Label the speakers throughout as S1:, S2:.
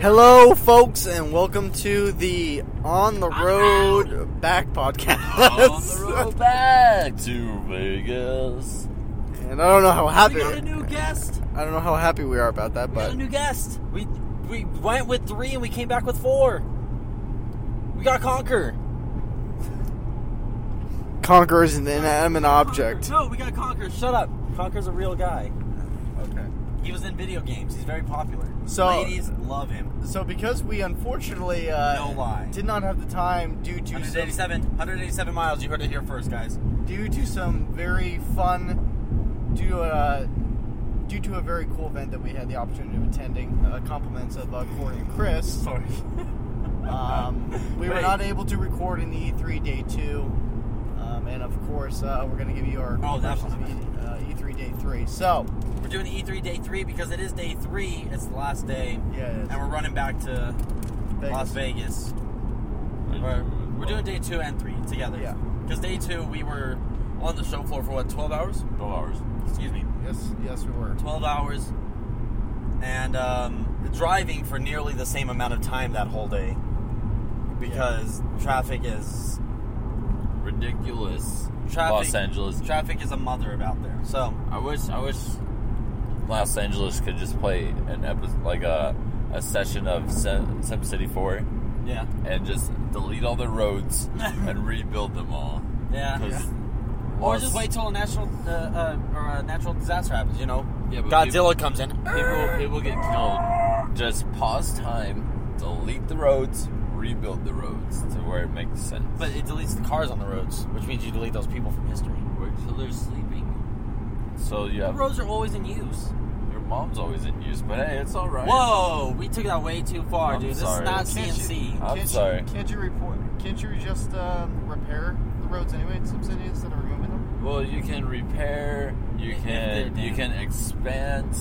S1: Hello, folks, and welcome to the On the Road Back
S2: on the
S1: podcast.
S2: road back to Vegas.
S1: and I don't know how happy
S2: We got a new guest.
S1: I don't know how happy we are about that,
S2: We got
S1: but
S2: a new guest. We we went with three and we came back with four. We got Conquer.
S1: Conquer is an inanimate object.
S2: No, we got Conquer. Shut up. Conquer's a real guy.
S1: Okay.
S2: He was in video games. He's very popular.
S1: So-
S2: ladies love him.
S1: So because we unfortunately uh,
S2: No lie.
S1: did not have the time due to some,
S2: 187, 187 miles. You heard it here first, guys.
S1: due to some very fun due uh, due to a very cool event that we had the opportunity of attending, uh, compliments of uh, Corey and Chris.
S2: Sorry.
S1: Um, we were
S2: Wait.
S1: not able to record in the E3 day two, um, and of course, uh, we're going to give you our
S2: Oh, that
S1: impressions
S2: was-
S1: of E, uh, E3 day three. So,
S2: We're doing E3 day three because it is day three. It's the last day,
S1: yeah,
S2: and we're running back to
S1: Vegas.
S2: Las Vegas. We're, we're doing day two and three together.
S1: Yeah.
S2: Because day two we were on the show floor for what twelve hours? Twelve hours. Excuse me,
S1: yes, yes, we were.
S2: twelve hours, and um, driving for nearly the same amount of time that whole day because traffic is
S3: ridiculous
S2: Traffic.
S3: Los Angeles.
S2: traffic is a mother out there. So
S3: I wish I wish Los Angeles could just play an episode like a a session of Sim, SimCity 4
S2: yeah,
S3: and just delete all the roads and rebuild them all.
S2: yeah.
S3: 'Cause
S2: Or
S3: Los-
S2: just wait till a natural uh, uh, or a natural disaster happens. You know,
S3: Yeah, but
S2: Godzilla comes in.
S3: People people get killed. Just pause time, delete the roads, rebuild the roads to where it makes sense.
S2: But it deletes the cars on the roads, which means you delete those people from history.
S3: wait till they're sleeping. So yeah,
S2: The roads are always in use.
S3: your mom's always in use, but hey, it's all right.
S2: Whoa, we took that way too far,
S3: I'm
S2: dude. This
S3: sorry.
S2: is not
S1: Can't you-
S2: CNC.
S3: I'm
S1: can't
S3: sorry.
S1: You, can't you report? Can't you just um, repair the roads anyway in SimCity instead of removing them?
S3: Well, you can repair, you
S2: If- if
S3: can
S2: they're
S3: you can expand,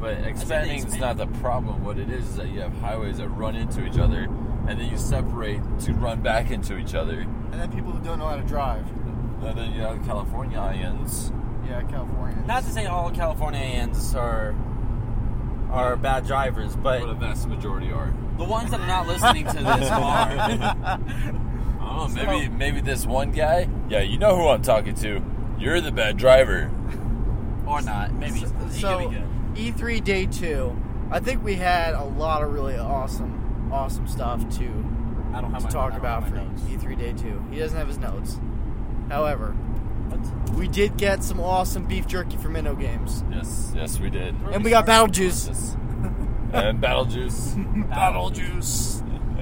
S3: but expanding is
S2: expand.
S3: not the problem. What it is is that you have highways that run into each other, and then you separate to run back into each other.
S1: And then people who don't know how to drive.
S3: And then you have Californians.
S1: Yeah, California.
S2: Not to say all Californians are are bad drivers, but
S3: But a vast majority are.
S2: the ones that are not listening to this are.
S3: Oh,
S2: So-
S3: maybe maybe this one guy. Yeah, you know who I'm talking to. You're the bad driver.
S2: Or not. Maybe he could
S1: so
S2: be good.
S1: E3 day two. I think we had a lot of really awesome, awesome stuff to
S2: I don't have
S1: to
S2: my-
S1: talk
S2: I don't
S1: about
S2: have
S1: for
S2: my notes.
S1: E3 day two. He doesn't have his notes. However,
S2: What?
S1: we did get some awesome beef jerky from Minnow Games,
S3: Yes, yes, we did.
S1: and we got Battle Juice.
S3: Yes. and Battle Juice.
S2: Battle
S3: Juice.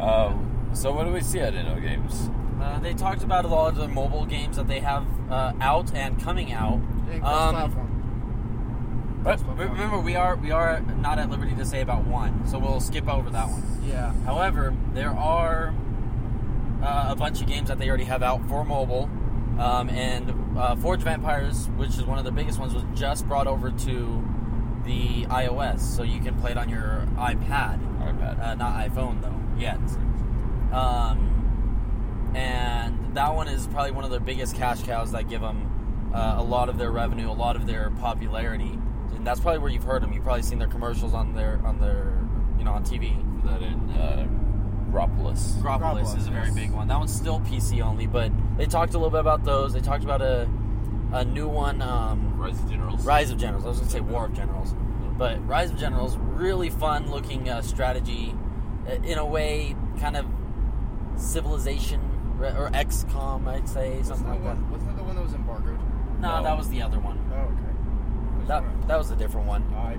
S3: um, so what do we see at Inno Games?
S2: Uh, they talked about a lot of the mobile games that they have uh, out and coming out.
S1: And
S2: Um,
S1: cross-platform.
S3: What?
S2: Re- Remember, we are we are not at liberty to say about one, so we'll skip over that one.
S1: yeah.
S2: However, there are uh, a bunch of games that they already have out for mobile, um, and uh, Forge of Empires, which is one of the biggest ones, was just brought over to the iOS, so you can play it on your iPad,
S3: iPad.
S2: uh, not iPhone though yet. Um, and that one is probably one of their biggest cash cows that give them uh, a lot of their revenue, a lot of their popularity, and that's probably where you've heard them. You've probably seen their commercials on their on their you know on TV.
S3: that in uh, Ropolis.
S2: Gropolis is a very big one. That one's still PC only, but they talked a little bit about those. They talked about a a new one, um,
S3: Rise of Generals.
S2: Rise of Generals. I was gonna say War of Generals, but Rise of Generals, really fun looking uh, strategy, uh, in a way, kind of civilization or XCOM, I'd say something like that.
S1: Wasn't that the one that was embargoed?
S2: No,
S3: No.
S2: that was the other one.
S1: Oh, okay.
S2: That that was a different one.
S1: I.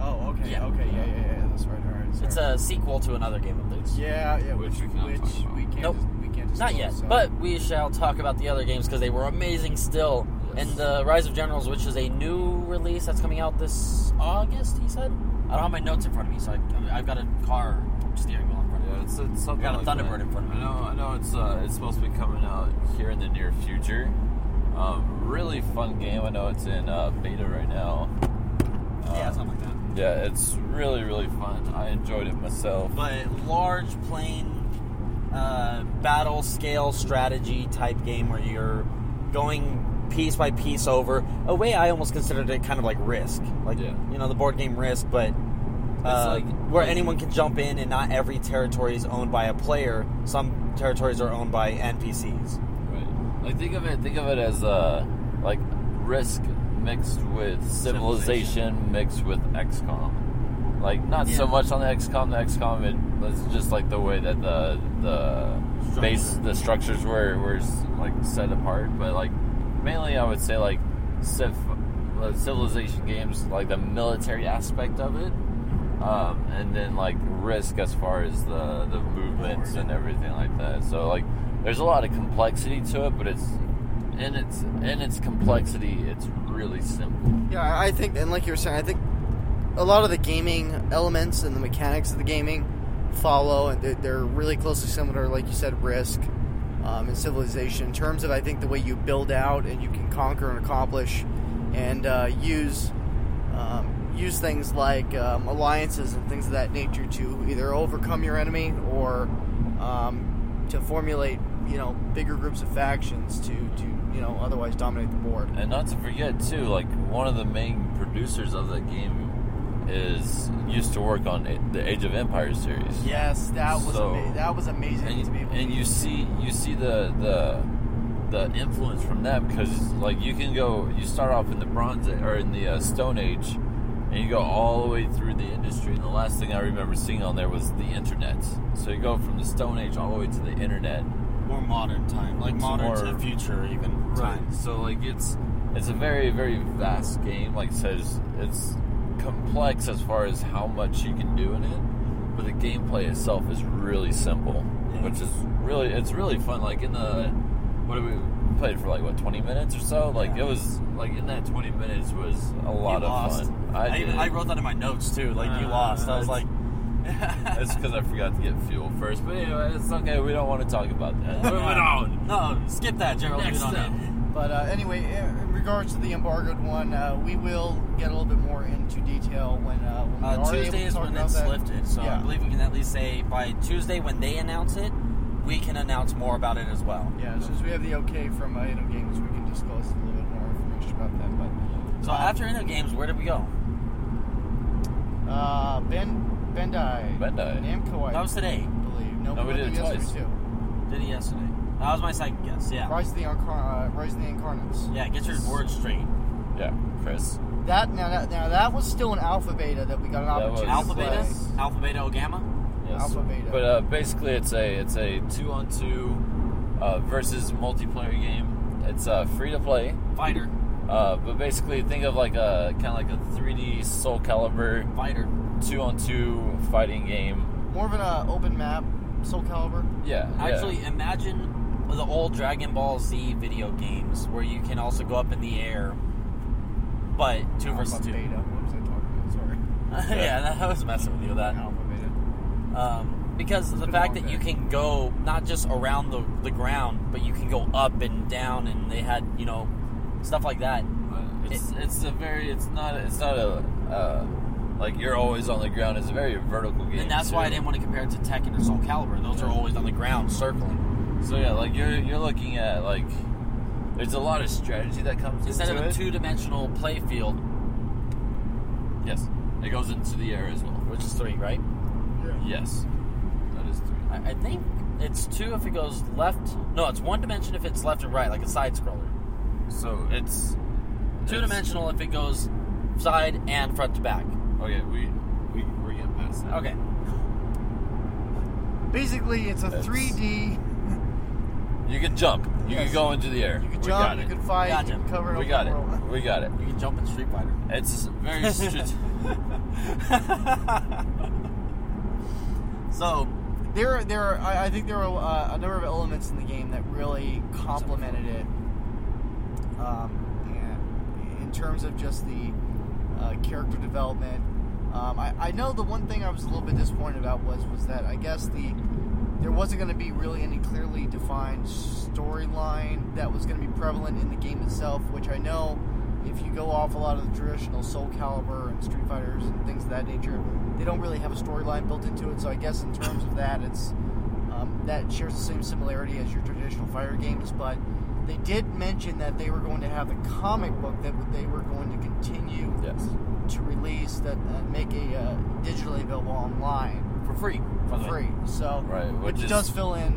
S1: Oh, okay.
S2: Yeah.
S1: Okay. Yeah, yeah, yeah. That's right. All right. Sorry.
S2: It's a sequel to another game of theirs.
S1: Yeah, yeah.
S3: Which we cannot talk about.
S1: we can't.
S2: Nope.
S1: dis- we can't.
S2: Not
S1: disclose,
S2: yet,
S1: so-
S2: but we shall talk about the other games because they were amazing still.
S3: Yes.
S2: And the Rise of Generals, which is a new release that's coming out this August, he said. I don't have my notes in front of me, so I, I've got a car steering wheel in front of me.
S3: Yeah, it's, it's something
S2: We got a
S3: like
S2: Thunderbird
S3: that.
S2: in front of me.
S3: I know, I know. It's uh, it's supposed to be coming out here in the near future. Um, really fun game. I know it's in uh, beta right now.
S2: yeah,
S3: Um,
S2: something like that.
S3: yeah, it's really really fun. I enjoyed it myself.
S2: But large plane uh, battle scale strategy type game where you're going piece by piece over a way I almost considered it kind of like Risk, like
S3: Yeah.
S2: you know the board game Risk, but uh,
S3: like-
S2: where anyone can jump in, and not every territory is owned by a player. Some territories are owned by NPCs.
S3: Right. Like think of it. Think of it as uh, like risk mixed with civilization,
S2: Civilization.
S3: mixed with XCOM. Like not so
S2: Yeah.
S3: much on the XCOM. The XCOM it, it's just like the way that the the base the structures were were s- like set apart. But like mainly, I would say like civ, uh, civilization games, like the military aspect of it. Um, and then like risk as far as the the movements and everything like that. So like there's a lot of complexity to it, but it's in its in its complexity, it's really simple.
S1: Yeah, I- I think, and like you were saying, I think a lot of the gaming elements and the mechanics of the gaming follow, and they're, they're really closely similar, like you said, Risk um, and Civilization, in terms of, I think, the way you build out and you can conquer and accomplish and uh, use. Um, Use things like um, alliances and things of that nature to either overcome your enemy or um, to formulate, you know, bigger groups of factions to, to you know otherwise dominate the board.
S3: And not to forget too, like one of the main producers of the game is used to work on it, the Age of Empires series.
S1: Yes, that was
S3: So-
S1: ama- that was amazing
S3: and,
S1: to be able.
S3: and you see you see the the the influence from that because like you can go you start off in the bronze or in the uh, stone age and you go all the way through the industry and the last thing i remember seeing on there was the internet so you go from the stone age all the way to the internet
S4: More modern time, like
S3: It's
S4: modern to
S3: more-
S4: the future, even time.
S3: so like it's it's a very very vast game like says it's complex as far as how much you can do in it but the gameplay itself is really simple which is really it's really fun like in the what did we we played for like what 20 minutes or so like it was like in that 20 minutes was a lot
S4: you
S3: of
S4: lost.
S3: fun
S4: I,
S3: did.
S4: even- I wrote that in my notes too. Like you
S3: Uh,
S4: lost. I was
S3: it's-
S4: like,
S3: it's because i forgot to get fuel first but anyway it's okay we don't want to talk about that Moving on.
S4: no, skip that, Gerald.
S3: Next
S4: Next on
S3: up.
S4: in.
S1: But uh, anyway, in in regards to the embargoed one, uh, we will get a little bit more into detail when, uh, when we
S2: Uh,
S1: are
S2: Tuesday
S1: able to
S2: is
S1: talk
S2: when
S1: about
S2: it's
S1: that.
S2: lifted, so
S1: Yeah.
S2: I believe we can at least say by Tuesday when they announce it, we can announce more about it as well.
S1: Yeah, since we have the okay from uh, Item Games, we can disclose a little bit more information about that. But
S2: So after Indo Games, where did we go?
S1: uh, Ben Bandai,
S3: Bandai.
S1: Namco, I
S2: That was today.
S1: believe. No,
S3: No, we did it
S1: yesterday
S3: twice.
S1: Too.
S2: Did it yesterday? That was my second guess. Yeah.
S1: Rise of the Incar- uh, Rise of the Incarnates.
S2: Yeah. Get your words straight.
S3: yeah chris
S1: That now, that now that was still an alpha beta that we got an
S3: That
S1: opportunity.
S3: was-
S1: to
S2: Alpha beta.
S1: play.
S2: Alpha beta. O gamma.
S3: Yes.
S1: Alpha, beta.
S3: But uh, basically, it's a it's a two on two uh, versus multiplayer game. It's uh, free to play,
S2: Fighter.
S3: uh, but basically, think of like a kind of like a 3D Soul Calibur
S2: Fighter.
S3: two on two fighting game.
S1: More of an uh, open map, Soul Calibur.
S3: Yeah, yeah.
S2: Actually, imagine the old Dragon Ball Z video games where you can also go up in the air, but two versus
S1: Alpha
S2: two.
S1: Beta. What was I talking about? Sorry.
S2: yeah, I was messing with you with
S3: Uh,
S2: that.
S1: Alpha Beta.
S2: um, because of the
S1: been a
S2: fact
S1: long
S2: that you
S1: day.
S2: can go not just around the, the ground, but you can go up and down, and they had you know stuff like that.
S3: But it's it's a very it's not it's not a uh, like you're always on the ground. It's a very vertical game,
S2: And that's why I
S3: too.
S2: didn't want to compare it to Tekken or Soul Calibur. Those are always on the ground circling.
S3: So yeah, like you're you're looking at like there's a lot of strategy that comes
S2: Instead
S3: into
S2: of a
S3: it.
S2: two dimensional play field,
S3: Yes, it goes into the air as well.
S2: which is three, right?
S3: Yes, that is three.
S2: I, I think it's two if it goes left. No, it's one dimension if it's left and right, like a side scroller.
S3: So it's
S2: Two dimensional if it goes side and front to back.
S3: Okay, oh we we we're getting past that.
S2: Okay.
S1: Basically, it's a
S3: That's-
S1: 3D.
S3: you can jump. You
S1: Yes.
S3: can go into the air.
S1: You could
S3: we got
S1: jump, you
S3: it.
S1: could fight,
S2: Gotcha.
S1: you could cover an
S3: we
S1: open
S3: got it.
S1: world.
S3: We got it.
S2: You can jump in Street Fighter.
S3: It's very strate-
S2: So
S1: There, are- there are. I, I think there are uh, a number of elements in the game that really complemented it. Um, and in terms of just the uh, character development, um, I, I know the one thing I was a little bit disappointed about was was that I guess the there wasn't going to be really any clearly defined storyline that was going to be prevalent in the game itself, which I know if you go off a lot of the traditional Soul Calibur and Street Fighters and things of that nature, they don't really have a storyline built into it. So I guess in terms of that, it's um, that shares the same similarity as your traditional fighter games, but They did mention that they were going to have a comic book that they were going to continue
S3: Yes.
S1: to release that uh, make a uh, digitally available online
S5: for free.
S1: for free. So
S3: Right,
S1: which
S3: which is-
S1: does fill in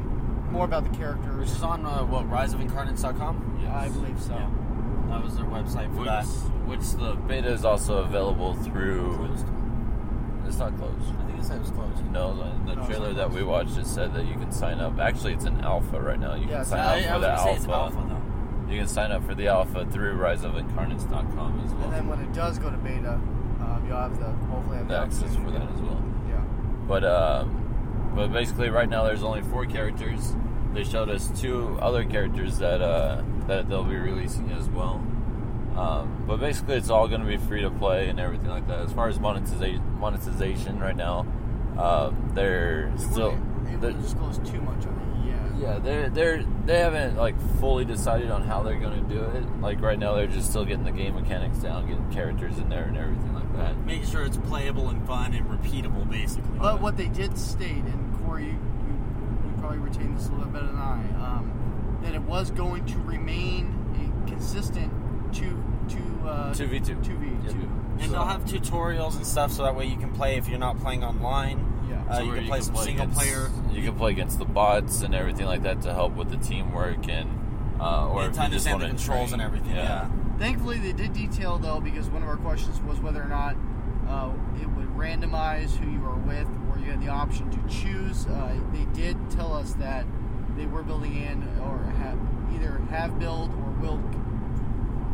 S1: more about the characters.
S5: Which is on uh, what riseofincarnates.com.
S1: I believe so.
S5: Yeah. That was their website for that.
S3: Which the beta is also available through.
S5: Closed.
S3: It's not closed.
S5: I think it said it was closed.
S3: No, the,
S1: No,
S3: the
S1: it's
S3: trailer
S1: not
S3: that we watched it said that you can sign up. Actually, it's an alpha right now. You
S1: Yeah,
S3: can
S1: it's
S3: sign
S1: an
S3: up
S5: I,
S3: for
S5: I was
S3: the
S5: gonna say
S3: alpha.
S5: it's an alpha though.
S3: You can sign up for the alpha through riseofincarnates.com as well.
S1: And then when it does go to beta, um, you'll have the hopefully have
S3: the access for that as well.
S1: Yeah.
S3: But um, but basically, right now there's only four characters. They showed us two other characters that uh, that they'll be releasing as well. Um, but basically, it's all going to be free to play and everything like that. As far as monetization, monetization right now, um, they're still.
S1: it
S3: they're-
S1: wouldn't disclose too much on it yet.
S3: yeah, they're they're they haven't like fully decided on how they're gonna do it. Like right now, they're just still getting the game mechanics down, getting characters in there and everything like that.
S2: Make sure it's playable and fun and repeatable, basically.
S1: But what they did state, and Corey, you, you, you probably retain this a little better than I, um, that it was going to remain a consistent to to uh,
S3: Two v two.
S1: two v
S3: Yeah.
S1: two.
S2: and they'll have tutorials and stuff, so that way you can play if you're not playing online.
S1: Yeah.
S2: Uh,
S3: So
S2: you
S3: where
S2: can play some single
S3: against-
S2: player.
S3: You can play against the bots and everything like that to help with the teamwork and uh, or
S2: and
S3: if
S2: to
S3: you just
S2: understand the
S3: wanna
S2: controls
S3: train.
S2: and everything. Yeah.
S1: Thankfully, they did detail though, because one of our questions was whether or not uh, it would randomize who you are with, or you had the option to choose. Uh, they did tell us that they were building in, or have either have built or will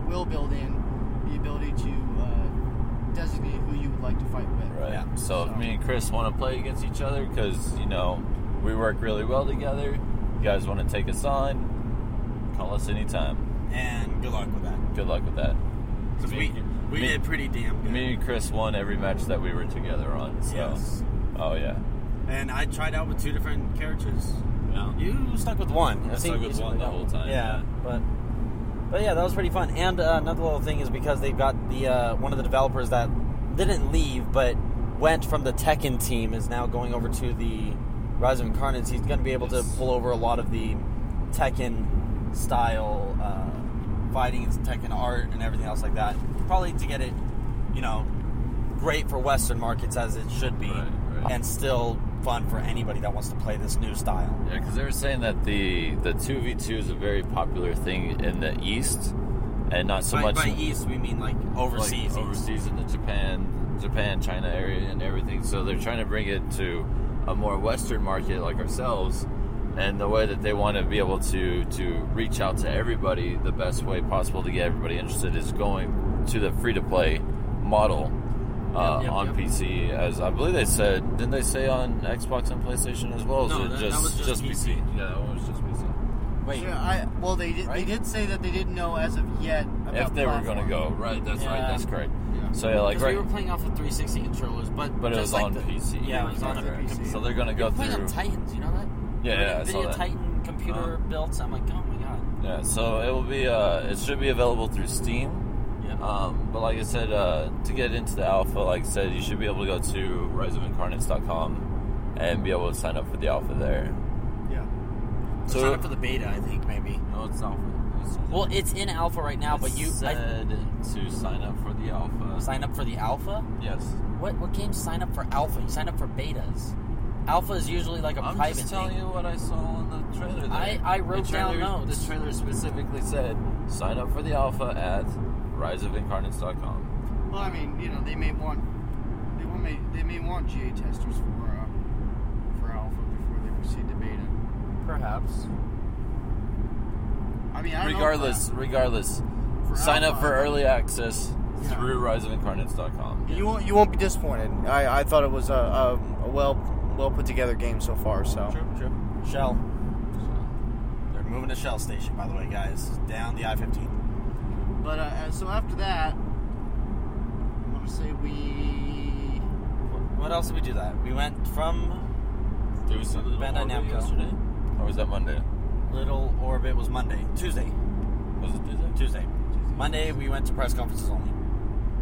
S1: will build in the ability to uh, designate who you would like to fight with.
S3: Right.
S2: Yeah.
S3: So, if
S1: So-
S3: me and Chris want to play against each other because you know we work really well together. You guys want to take us on? Call us anytime.
S2: And good luck with that.
S3: Good luck with that.
S2: 'Cause
S3: Me-
S2: we, we
S3: me-
S2: did pretty damn good.
S3: Me and Chris won every match that we were together on. So.
S2: Yes.
S3: Oh yeah.
S2: And I tried out with two different characters.
S3: Yeah.
S2: You stuck with one.
S3: I stuck with one the whole time.
S5: Yeah, but but yeah, that was pretty fun. And uh, another little thing is because they got the uh, one of the developers that didn't leave but went from the Tekken team is now going over to the Rise of Incarnates. He's going to be able
S3: Yes.
S5: to pull over a lot of the Tekken style uh, fighting and Tekken art and everything else like that. Probably to get it, you know, great for Western markets as it should be,
S3: Right, right.
S5: and still fun for anybody that wants to play this new style.
S3: Yeah, because they were saying that the the two v two is a very popular thing in the East, and not so
S2: by,
S3: much
S2: by
S3: in-
S2: East, we mean like overseas.
S3: like, overseas in the Japan, Japan, China area, and everything. So they're trying to bring it to a more Western market like ourselves, and the way that they want to be able to to reach out to everybody the best way possible to get everybody interested is going to the free to play model. Uh,
S2: Yep, yep,
S3: on
S2: yep.
S3: PC, as I believe they said, didn't they say on Xbox and PlayStation as well? Or is
S2: No,
S3: it
S2: that- that was just PC.
S3: Yeah, that one was just PC.
S5: Wait,
S1: Yeah, I, well, they did. They
S5: Right?
S1: did say that they didn't know as of yet about
S3: if they were going to
S1: platform.
S3: go right that's right
S5: Yeah.
S3: that's correct
S1: Yeah.
S3: so yeah like
S5: Because
S3: right
S5: we were playing off the 360 controllers, but
S3: but it
S5: just
S3: was
S5: like
S3: on
S5: the-
S3: pc
S5: Yeah, it was on
S1: the
S5: a
S1: PC.
S3: so they're going to go
S5: We're playing
S3: through
S5: on Titans. You know that?
S3: Yeah, yeah, I saw
S5: Video
S3: that.
S5: Titan computer
S3: Uh-huh.
S5: built. I'm like, oh my god.
S3: yeah so it will be uh it should be available through steam
S5: Yeah.
S3: um but like i said uh to get into the alpha like i said you should be able to go to riseofincarnates.com and be able to sign up for the alpha there
S1: Yeah.
S3: so-
S2: Sign up for the beta, I think maybe.
S3: no it's alpha
S5: well, it's in alpha right now, but you I,
S3: said to sign up for the alpha
S5: sign up for the alpha.
S3: yes
S5: What what games sign up for alpha? You sign up for betas. Alpha is usually like a
S3: I'm
S5: private
S3: just telling
S5: thing.
S3: you what I saw on the trailer. There.
S5: I- I wrote
S3: the trailer,
S5: down notes.
S3: The trailer specifically said, "Sign up for the alpha at riseofincarnates.com."
S1: Well, I mean, you know, they may want they want may they may want GA testers for uh, for alpha before they proceed to beta.
S5: Perhaps.
S1: I mean, I don't know
S3: Regardless, regardless,
S1: For
S3: sign up
S1: alpha.
S3: for early access
S1: Yeah.
S3: through riseofincarnates.com.
S1: about that. you won't you won't be disappointed. I, I thought it was a, a, a well well put together game so far. So
S2: true.
S5: Shell.
S2: They're moving to Shell Station, by the way, guys. Down the I-15.
S1: but uh, so after that, I want to say we
S5: Wh- What else did we do that? We went from
S3: Did we see Little
S5: Bandai
S3: Orbit
S5: Namco.
S3: yesterday, or was that Monday?
S5: Little Orbit was Monday, Tuesday,
S3: Was it Tuesday?
S5: Tuesday, Monday. We went to press conferences only.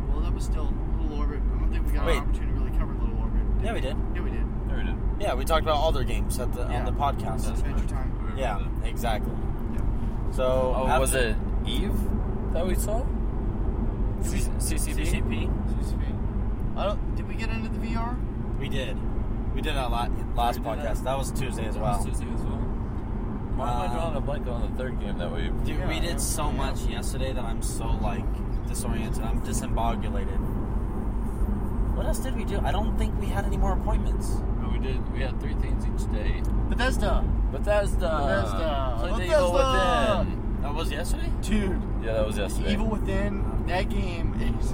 S1: well that was still Little Orbit. I don't think we got
S5: Wait.
S1: an opportunity to really cover Little Orbit.
S5: Yeah, we did.
S1: Yeah, we did.
S3: There we did.
S5: Yeah, we talked about all their games at the
S1: Yeah.
S5: on the podcast.
S1: Adventure Time.
S3: We remember
S5: Yeah, exactly.
S1: Yeah.
S2: So
S3: Oh,
S2: after-
S3: was it Eve that we saw? C- CCP?
S2: CCP?
S1: I don't, did we get into the VR?
S2: We did. We did that la- last
S3: We did
S2: podcast.
S3: that.
S2: That was Tuesday as
S3: That
S2: well.
S3: was Tuesday as well. Why am
S2: Uh,
S3: I drawing a blank on the third game that we?
S2: Dude, we
S1: Yeah.
S2: did so
S1: Yeah.
S2: much yesterday that I'm so like disoriented. I'm disembobulated. What else did we do? I don't think we had any more appointments.
S3: We did. We had three things each day.
S1: Bethesda.
S3: Bethesda.
S1: Bethesda.
S3: Play the Evil
S1: Bethesda.
S3: Within.
S2: That was yesterday.
S1: Dude,
S3: Yeah, that was yesterday.
S1: Evil Within, that game is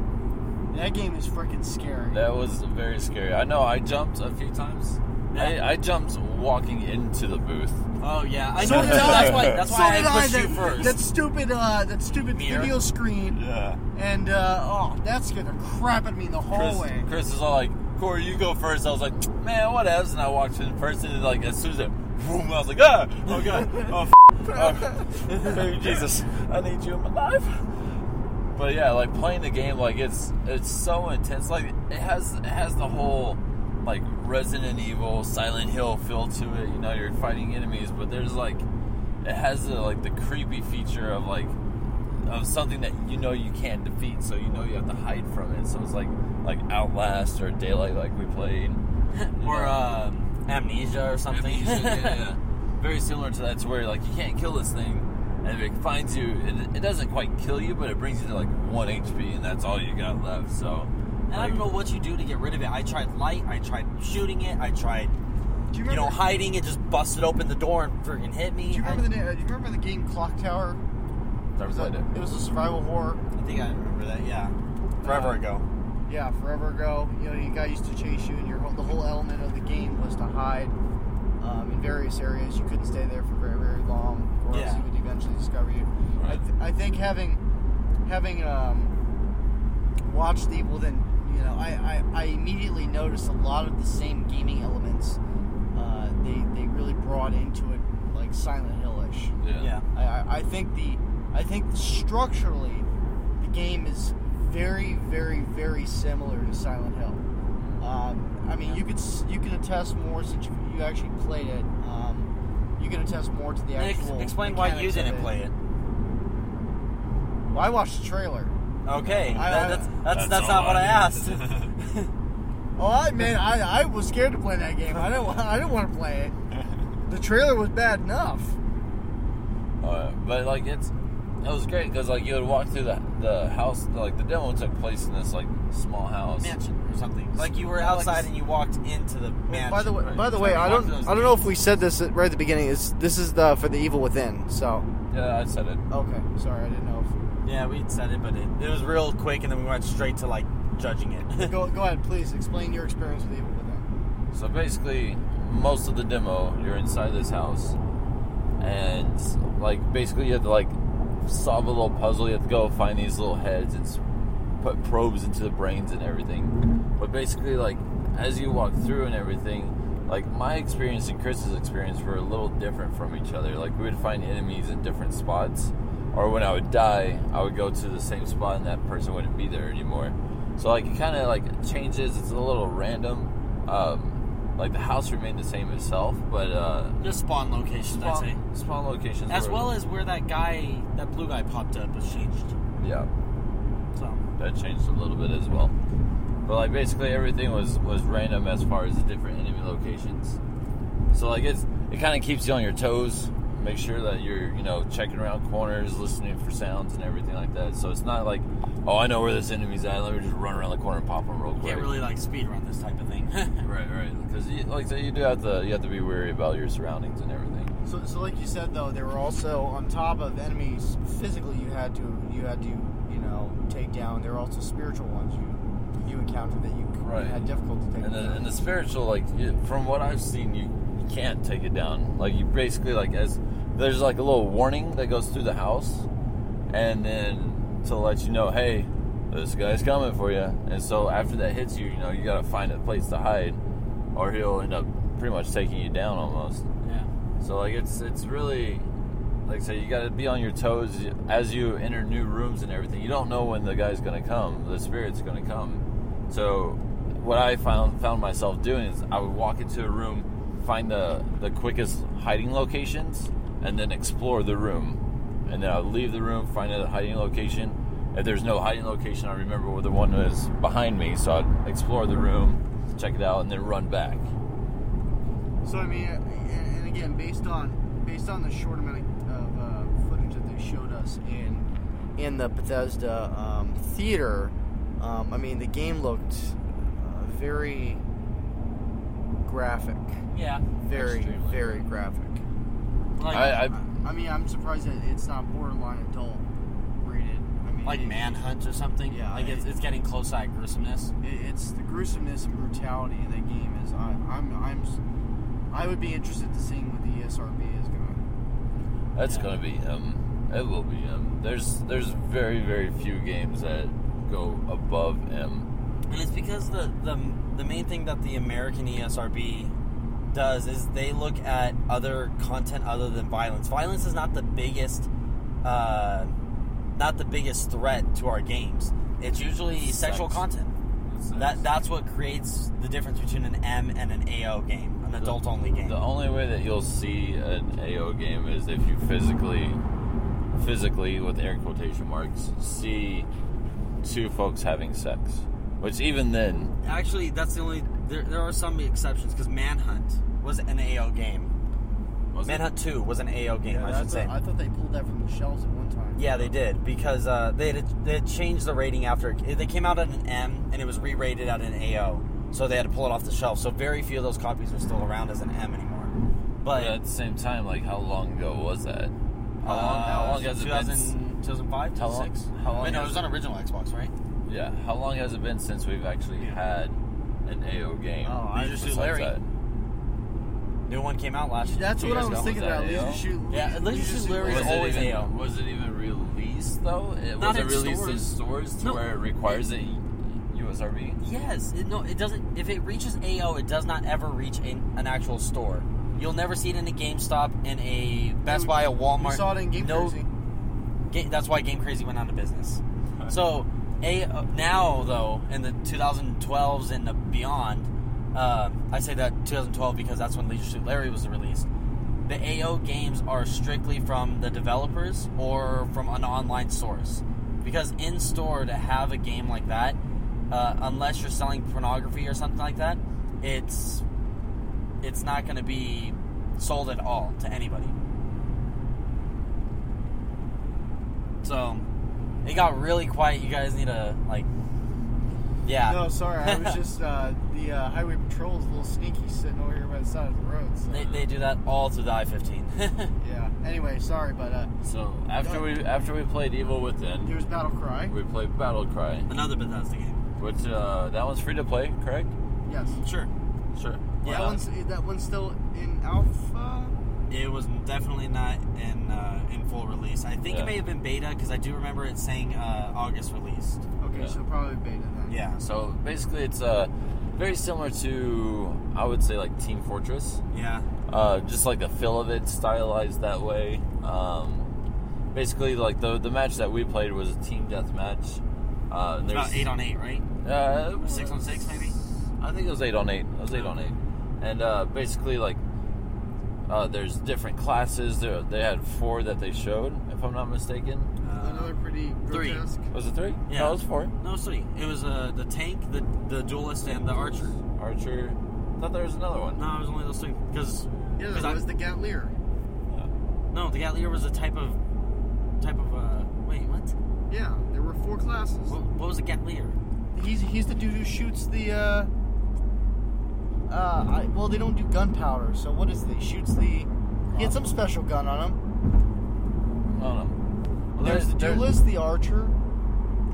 S1: that game is freaking scary.
S3: That was very scary. I know. I jumped a few times. I, I jumped walking into the booth.
S2: Oh yeah, I
S1: So
S2: know.
S1: did
S2: That's
S3: I.
S2: why. That's
S1: So
S2: why
S1: did
S2: I pushed
S1: that,
S2: you first.
S1: That stupid uh that stupid
S2: Mirror.
S1: video screen
S3: Yeah.
S1: and uh oh that scared the crap out of me in the
S3: Chris,
S1: hallway.
S3: Chris is all like, Corey, you go first. I was like, man, whatevs. And I walked in first, and like as soon as it, boom, I was like, ah, oh god, oh, f- oh baby Jesus, I need you in my life. But yeah, like playing the game, like it's it's so intense. Like it has it has the whole like Resident Evil, Silent Hill feel to it. You know, you're fighting enemies, but there's like it has the, like the creepy feature of like of something that you know you can't defeat, so you know you have to hide from it. So it's like like Outlast or Daylight, like we played.
S2: or uh, amnesia or something.
S3: Amnesia, yeah, yeah. Very similar to that, to where like you can't kill this thing, and if it finds you, it, it doesn't quite kill you, but it brings you to like one HP, and that's all you got left. So,
S2: And I don't know what you do to get rid of it. I tried light. I tried shooting it. I tried
S1: do you
S2: you
S1: remember
S2: know hiding it. Just busted open the door and freaking hit me.
S1: do you
S2: I-
S1: remember the name, uh, do you remember the game Clock Tower?
S3: never
S1: was a-
S3: played it.
S1: was a survival horror.
S2: I think I remember that. Yeah, forever ago.
S1: Yeah, forever ago. You know, you guy used to chase you, and your whole, the whole element of the game was to hide um, in various areas. You couldn't stay there for very very long, or
S2: Yeah.
S1: else he would eventually discover you. I,
S3: Right.
S1: th- I think having having um, watched The Evil Within, you know, I, I, I immediately noticed a lot of the same gaming elements uh, they they really brought into it, like Silent Hillish.
S3: Yeah.
S2: Yeah.
S1: I- I, I think the I think structurally the game is very very very similar to Silent Hill. Um, I mean, you could s- you can attest more since you, you actually played it. Um, you can attest more to the
S2: And ex-
S1: actual.
S2: explain why you
S1: mechanics of
S2: didn't play it.
S1: Well, I watched the trailer.
S2: Okay,
S1: I-
S2: that-
S1: I-
S2: that's, that's
S3: That's
S2: that's
S3: all
S2: not what I
S3: I-
S2: asked.
S1: Oh, I man, I, I was scared to play that game. I didn't I didn't want to play it. The trailer was bad enough.
S3: Uh, but like it's it was great because like you would walk through the the house, like the demo took place in this like small house.
S2: mansion or something. Like you were
S3: Like
S2: outside
S3: a-
S2: and you walked into the mansion.
S1: By the way, by the
S2: So
S1: way,
S2: we
S1: I
S2: walked
S1: don't
S2: those
S1: I don't know if we said this right at the beginning. Is this is the for the Evil Within? So
S3: Yeah, I said it.
S1: okay, sorry, I didn't know. if...
S2: Yeah, we said it, but it, it was real quick, and then we went straight to like judging it.
S1: go, go ahead, please explain your experience with Evil Within.
S3: So basically, most of the demo, you're inside this house, and like basically you have to like solve a little puzzle. You have to go find these little heads and s- put probes into the brains and everything. But basically, like as you walk through and everything, like my experience and Chris's experience were a little different from each other. Like we would find enemies in different spots, or when I would die, I would go to the same spot and that person wouldn't be there anymore. So like it kind of like changes. It's a little random. Um, like the house remained the same itself, but uh,
S2: Just spawn locations, I'd say.
S3: spawn, spawn locations
S2: As
S3: were-
S2: well as where that guy, that blue guy popped up, was changed.
S3: yeah.
S2: So
S3: that changed a little bit as well. But like basically everything was was random as far as the different enemy locations. So like it's it kind of keeps you on your toes. Make sure that you're you know checking around corners, listening for sounds and everything like that. So it's not like oh I know where this enemy's at. Let me just run around the corner and pop him real
S2: you
S3: quick.
S2: can't really like speed run this type of thing.
S3: Right, right. Because like I said, you do have to you have to be wary about your surroundings and everything.
S1: So, so like you said though, there were also on top of enemies physically you had to you had to you know take down. There were also spiritual ones you you encountered that you
S3: Right.
S1: had difficulty taking
S3: And the,
S1: down.
S3: and the spiritual, like you, from what I've seen, you, you can't take it down. Like you basically like as there's like a little warning that goes through the house, and then to let you know, hey, this guy's coming for you. And so after that hits you, you know you gotta find a place to hide, or he'll end up pretty much taking you down almost.
S2: yeah.
S3: So like it's it's really like I say you got to be on your toes as you enter new rooms and everything. You don't know when the guy's going to come, the spirit's going to come. So what I found found myself doing is I would walk into a room, find the the quickest hiding locations, and then explore the room. and then I would leave the room, find another hiding location. If there's no hiding location, I remember where the one was behind me, so I'd explore the room, check it out, and then run back.
S1: So I mean, and and again, based on based on the short amount of of, uh, footage that they showed us in in the Bethesda um, theater, um, I mean, the game looked uh, very graphic,
S2: Yeah.
S1: very
S2: Extremely.
S1: very graphic.
S2: Like,
S3: I, I
S1: I, I mean, I'm surprised that it's not borderline adult rated. I mean,
S2: like
S1: it-
S2: manhunt or something.
S1: Yeah,
S2: Like it's,
S1: I-
S2: it's getting close eye gruesomeness.
S1: it, it's the gruesomeness and brutality of that game is I, I'm I'm s- I would be interested to seeing what the E ESRB is gonna.
S3: That's
S2: Yeah.
S3: gonna be M. It will be M. There's there's very very few games that go above M.
S2: And it's because the, the the main thing that the American E ESRB does is they look at other content other than violence. Violence is not the biggest, uh, not the biggest threat to our games. It's usually sexual
S3: Sex.
S2: content. That that's what creates the difference between an M and an AO game, an adult only game.
S3: The only way that you'll see an AO game is if you physically, physically with air quotation marks, see two folks having sex. Which even then,
S2: Actually, that's the only. There, there are some exceptions because Manhunt was an AO game.
S3: was it-
S2: Manhunt Two was an AO game, I should say.
S1: I thought they pulled that from the shelves at one time.
S2: Yeah, they did because uh, they had, they had changed the rating after they came out at an M and it was re-rated at an AO, so they had to pull it off the shelf. So very few of those copies are still around as an M anymore. But
S3: but at the same time, like how long ago was that? How long?
S2: uh,
S3: How long has it been?
S2: 2000, 2005,
S3: How long-
S2: 2006?
S3: how long
S2: Wait, no, it
S3: has
S2: was
S3: it-
S2: on original Xbox, right?
S3: Yeah. How long has it been since we've actually had an AO game?
S1: Oh, I just
S2: do
S3: besides
S2: Larry.
S3: that?
S2: New one came out last.
S1: That's
S2: two
S1: what I
S2: years
S1: was
S2: ago.
S1: thinking
S3: Was that
S1: about. Leisure
S3: AO?
S1: Suit.
S2: Yeah, Leisure Suit Larry
S1: Larry.
S2: is
S3: it
S2: always
S3: even,
S2: AO.
S3: Was it even released though? It,
S2: Not
S3: was it
S2: in
S3: released in
S2: stores.
S3: stores to
S2: No.
S3: where it requires a USRB?
S2: Yes, it, no, it doesn't. If it reaches AO, it does not ever reach in an actual store. You'll never see it in a GameStop, in a Best
S1: We-
S2: Buy, a Walmart.
S1: We saw it in Game
S2: no,
S1: Crazy.
S2: Ga- that's why Game Crazy went out of business. So a uh, now though in the 2012s and the beyond, uh, I say that 2012 because that's when Leisure Suit Larry was released. The AO games are strictly from the developers or from an online source, because in store to have a game like that, uh, unless you're selling pornography or something like that, it's it's not going to be sold at all to anybody. So it got really quiet. You guys need to like, yeah.
S1: No, sorry. I was just uh, the uh, highway patrol is a little sneaky sitting over here by the side of the road. So,
S2: They, they do that all through the I-15.
S1: yeah. Anyway, sorry, but uh,
S3: So after we after we played Evil
S1: it
S3: Within,
S1: was Battle Cry.
S3: we played Battle Cry,
S2: Another Bethesda game.
S3: which uh, that one's free to play, correct?
S1: Yes.
S2: Sure.
S3: Sure.
S2: Yeah.
S1: That one's eh, that one's still in alpha.
S2: It was definitely not in uh, in full release. I think
S3: Yeah.
S2: it may have been beta because I do remember it saying uh, August released.
S1: Okay,
S3: Yeah.
S1: so probably beta then.
S2: Yeah.
S3: So basically, it's uh, very similar to I would say like Team Fortress.
S2: Yeah.
S3: uh, just like the feel of it, stylized that way. Um, basically, like the the match that we played was a team death match. Uh,
S2: It's about
S3: there's-
S2: eight on eight, right?
S3: uh, it was-
S2: Six on six, maybe?
S3: I think it was eight on eight. It was eight on eight, and uh, basically like uh, there's different classes. There, they had four that they showed, if I'm not mistaken.
S1: Another pretty
S2: Three.
S1: grotesque.
S3: Was it three?
S2: Yeah.
S3: no, it was four.
S2: no, it's three. It was uh, the tank, the the duelist, and the archer.
S3: Archer. I thought there was another one.
S2: No, it was only those three because
S1: Yeah, that was the Gatlier.
S2: no, the Gatlier was a type of type of uh, wait, what?
S1: Yeah, there were four classes.
S2: What, what was a Gatlier?
S1: He's he's the dude who shoots the. uh... Uh, I, well, they don't do gunpowder, so what is it? He shoots the. He had some special gun on him.
S3: No, no. Well,
S1: There's the
S3: there-
S1: duelist, the archer,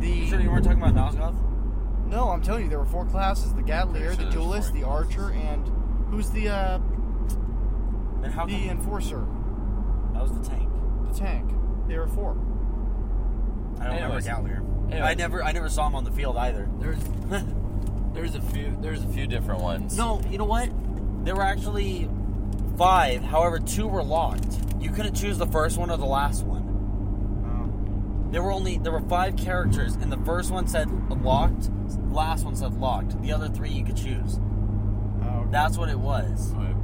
S2: You sure
S1: the.
S2: you weren't talking about Nosgoth?
S1: No, I'm telling you, there were four classes: the
S3: Pretty
S1: Gatlier,
S3: sure
S1: the
S3: there's
S1: duelist,
S3: four
S1: the archer, and who's the uh,
S2: Then how
S1: the
S2: come
S1: enforcer,
S2: that was the tank?
S1: the tank. There were four.
S2: I don't
S3: Anyways.
S2: remember Gatlier.
S3: Anyways.
S2: I never, I never saw him on the field either.
S3: There's there's a few there's a few different ones.
S2: No, you know what? There were actually five. However, two were locked. You couldn't choose the first one or the last one.
S1: Um,
S2: There were only there were five characters, and the first one said locked. Last one said locked. The other three you could choose.
S1: Oh,
S2: That's what it was.
S3: Right.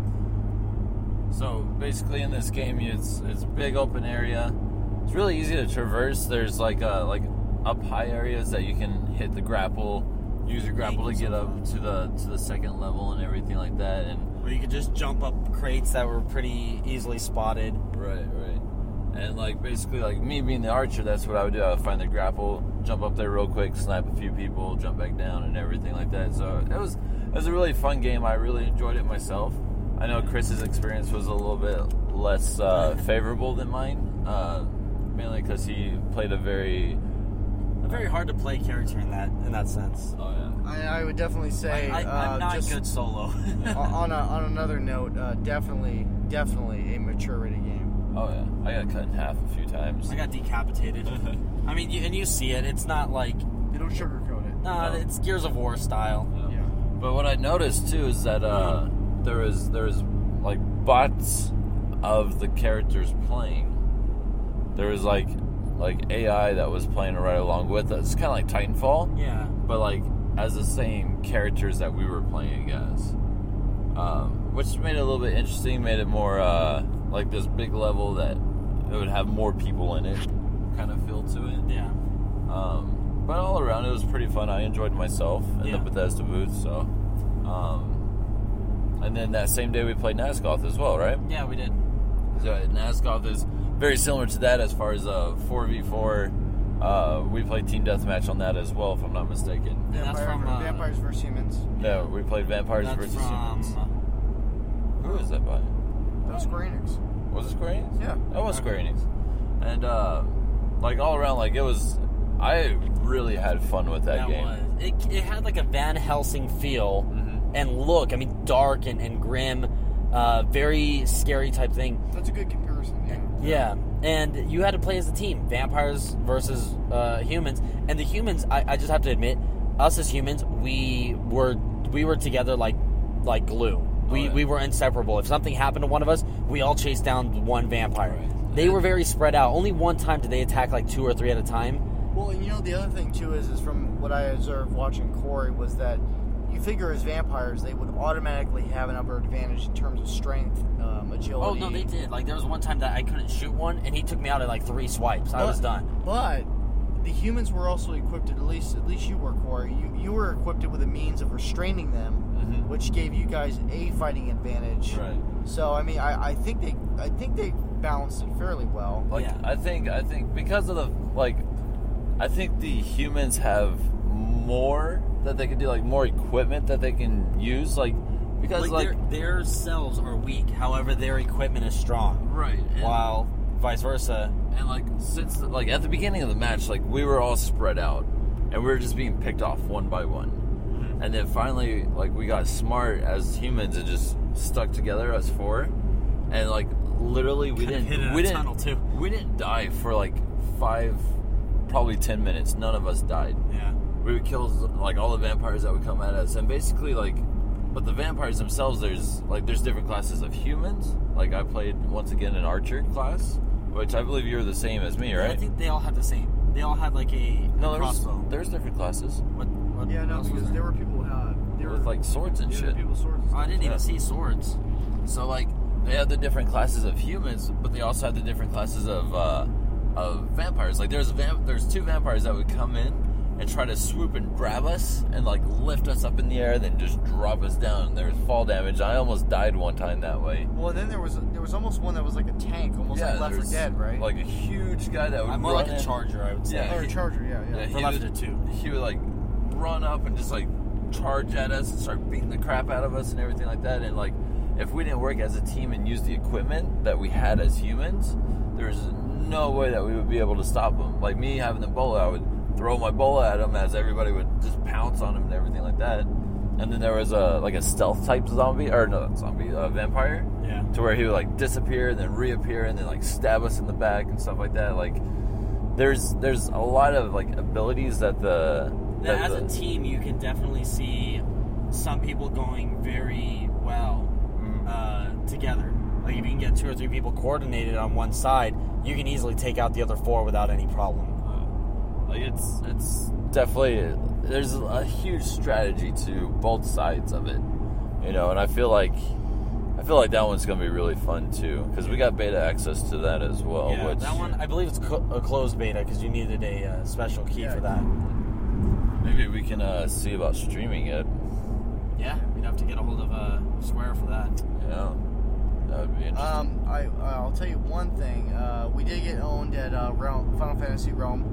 S3: So basically, in this game, it's it's a big open area. it's really easy to traverse. There's like uh like up high areas that you can hit the grapple, use your grapple to get up to the to the second level and everything like that. And
S2: Or you could just jump up crates that were pretty easily spotted.
S3: right, right. And like basically like me being the archer, that's what I would do. I would find the grapple, jump up there real quick, snipe a few people, jump back down, and everything like that. So it was it was a really fun game. I really enjoyed it myself. I know Chris's experience was a little bit less uh, favorable than mine, uh, mainly because he played a very
S2: A very hard to play character in that in that sense.
S3: oh yeah.
S1: I, I would definitely say
S2: I, I,
S1: uh,
S2: I'm not
S1: just uh,
S2: good solo.
S1: on a, on another note, uh, definitely definitely a maturity game.
S3: Oh yeah, I got cut in half a few times.
S2: I got decapitated. I mean, you, and you see it. It's not like
S1: They don't sugarcoat it.
S2: nah.
S3: No.
S2: It's Gears of War style.
S3: Yeah.
S1: Yeah.
S3: But what I noticed too is that uh, there was there was like bots of the characters playing. There was like like AI that was playing right along with us, kind of like Titanfall,
S2: Yeah.
S3: but like as the same characters that we were playing as, um, which made it a little bit interesting. Made it more uh, like this big level that it would have more people in it, kind of feel to it.
S2: Yeah.
S3: Um, but all around, it was pretty fun. I enjoyed myself in
S2: Yeah.
S3: the Bethesda booth. So, um, and then that same day we played Nasgoth as well, right?
S2: Yeah, we did.
S3: So uh, Nasgoth is very similar to that as far as uh, 4v4. Uh, we played team deathmatch on that as well, if I'm not mistaken.
S2: And that's from uh,
S1: Vampires vs Humans.
S3: No, we played vampires
S2: That's
S3: versus
S2: from.
S3: humans. Who was that by?
S1: That was Square Enix.
S3: Was it Square Enix?
S1: Yeah.
S3: That was Square Enix. And uh, like all around, like it was. I really had fun with that,
S2: That
S3: game.
S2: was. It, it had like a Van Helsing feel
S3: Mhm.
S2: and look. I mean, dark and, and grim, uh, very scary type thing.
S1: That's a good comparison. Yeah.
S2: Yeah, and you had to play as a team, vampires versus uh, humans, and the humans. I, I just have to admit, us as humans, we were we were together like like glue. We,
S3: yeah.
S2: we were inseparable. If something happened to one of us, we all chased down one vampire.
S3: Right.
S2: They were very spread out. Only one time did they attack like two or three at a time.
S1: Well, and you know the other thing too is, is from what I observed watching Corey was that you figure as vampires they would automatically have an upper advantage in terms of strength, um, agility.
S2: Oh no, they did. Like there was one time that I couldn't shoot one, and he took me out at like three swipes. I
S1: But-
S2: was done.
S1: But the humans were also equipped. At least, at least you were Corey. You you were equipped with a means of restraining them,
S3: Mhm.
S1: which gave you guys a fighting advantage.
S3: Right.
S1: So I mean, I, I think they I think they balanced it fairly well.
S3: Like
S2: Yeah.
S3: I think I think because of the like I think the humans have more that they can do, like more equipment that they can use, like because like,
S2: their, their cells are weak. However, their equipment is strong.
S3: right and,
S2: While vice versa,
S3: and like since like at the beginning of the match, like we were all spread out and we were just being picked off one by one.
S2: Mm-hmm.
S3: And then finally, like we got smart as humans and just stuck together as four, and like literally we
S2: Kinda
S3: didn't
S2: hid in
S3: we
S2: a
S3: didn't
S2: tunnel, too.
S3: we didn't die for like five, probably ten minutes. None of us died.
S2: yeah.
S3: we would kill like all the vampires that would come at us and basically like but the vampires themselves there's like there's different classes of humans like i played once again an archer class which i believe you're the same as me
S2: I
S3: right
S2: think they all had the same. They all had like a
S3: no there's
S2: crossbow.
S3: there's different classes
S2: what, what
S1: Yeah, no,
S2: else was
S1: because there were people. Uh, there were
S3: with like swords and
S1: there were
S3: shit
S1: people swords.
S2: Oh, I didn't
S3: Yeah.
S2: even see swords.
S3: so like they have the different classes of humans but they also have the different classes of uh of vampires like there's vamp- there's two vampires that would come in and try to swoop and grab us and like lift us up in the air then just drop us down there's fall damage i almost died one time that way
S1: Well, then there was there was almost one that was like a tank, almost like Left 4
S3: there's,
S1: Dead, right?
S3: Like a huge guy that would
S2: I'm more like
S3: run
S2: a
S3: in.
S2: charger, I would say.
S3: Yeah.
S1: or a charger, yeah, yeah.
S3: Yeah,
S2: For
S3: he
S2: Left
S3: would-
S2: 4 Dead 2.
S3: He would like run up and just like charge at us and start beating the crap out of us and everything like that. And like, if we didn't work as a team and use the equipment that we had as humans, there's no way that we would be able to stop him. Like me having the bola, I would throw my bola at him as everybody would just pounce on him and everything like that. And then there was a like a stealth type zombie or no zombie uh, vampire
S2: Yeah.
S3: to where he would like disappear and then reappear and then like stab us in the back and stuff like that. Like there's there's a lot of like abilities that the
S2: Now, as
S3: that the-
S2: a team, you can definitely see some people going very well
S3: Mm-hmm.
S2: uh, together. Like if you can get two or three people coordinated on one side, you can easily take out the other four without any problem. Uh,
S3: like it's it's definitely there's a huge strategy to both sides of it, you know. And I feel like I feel like that one's going to be really fun too because we got beta access to that as well.
S2: yeah,
S3: which
S2: that one I believe it's co- a closed beta because you needed a uh, special key
S1: Yeah.
S2: for that.
S3: maybe we can uh, see about streaming it.
S2: Yeah, you'd have to get a hold of uh, Square for that.
S3: Yeah, that would be interesting.
S1: Um, I I'll tell you one thing. Uh, we did get owned at uh, Realm, Final Fantasy Realm,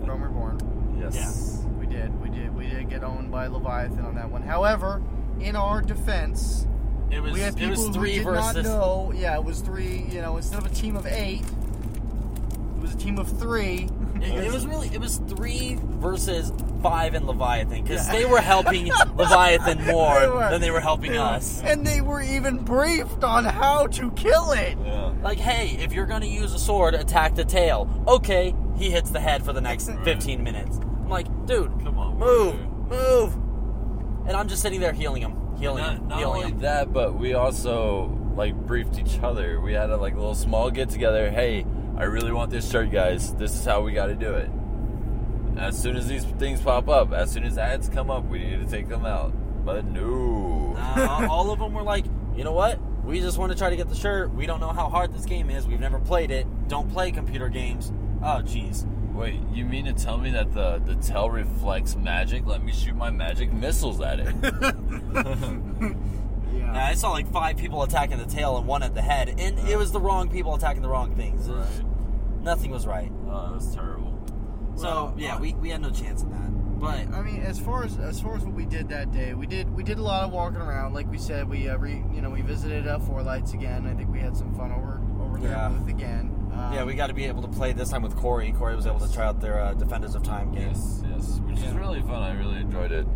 S1: Realm Reborn.
S3: yes.
S1: We did, we did, we did get owned by Leviathan on that one. However, in our defense,
S2: It was
S1: we had
S2: it
S1: people
S2: was
S1: who
S2: three
S1: did
S2: versus
S1: not know. Yeah, it was three. You know, instead of a team of eight, it was a team of three.
S2: It, it was really it was three versus five in Leviathan because they were helping Leviathan more
S1: They were.
S2: than they were helping
S1: They were-
S2: us.
S1: and they were even briefed on how to kill it.
S3: Yeah.
S2: Like, hey, if you're gonna use a sword, attack the tail. Okay, he hits the head for the next 15 minutes. I'm like, dude,
S3: Come on,
S2: move,
S3: dude.
S2: move. And I'm just sitting there healing him, healing
S3: Not,
S2: him,
S3: not
S2: healing
S3: only
S2: him.
S3: that, but we also like briefed each other. We had a like little small get together. Hey, I really want this shirt, guys. This is how we got to do it. As soon as these things pop up, as soon as ads come up, we need to take them out. But no.
S2: Uh, all of them were like, you know what? We just want to try to get the shirt. We don't know how hard this game is. We've never played it. Don't play computer games. Oh, jeez.
S3: Wait, you mean to tell me that the the tail reflects magic? Let me shoot my magic missiles at it.
S1: Yeah.
S2: And I saw like five people attacking the tail and one at the head, and it was the wrong people attacking the wrong things. Nothing was right.
S3: Oh, that was terrible.
S2: So yeah, we, we had no chance in that. But
S1: I mean, as far as as far as what we did that day, we did we did a lot of walking around. Like we said, we uh, re, you know we visited uh, Four Lights again. I think we had some fun over over there
S2: Yeah.
S1: booth again. Um,
S2: Yeah, we got to be able to play this time with Corey. Corey was able to try out their uh, Defenders of Time game.
S3: Yes, yes, which is really fun. I really enjoyed it.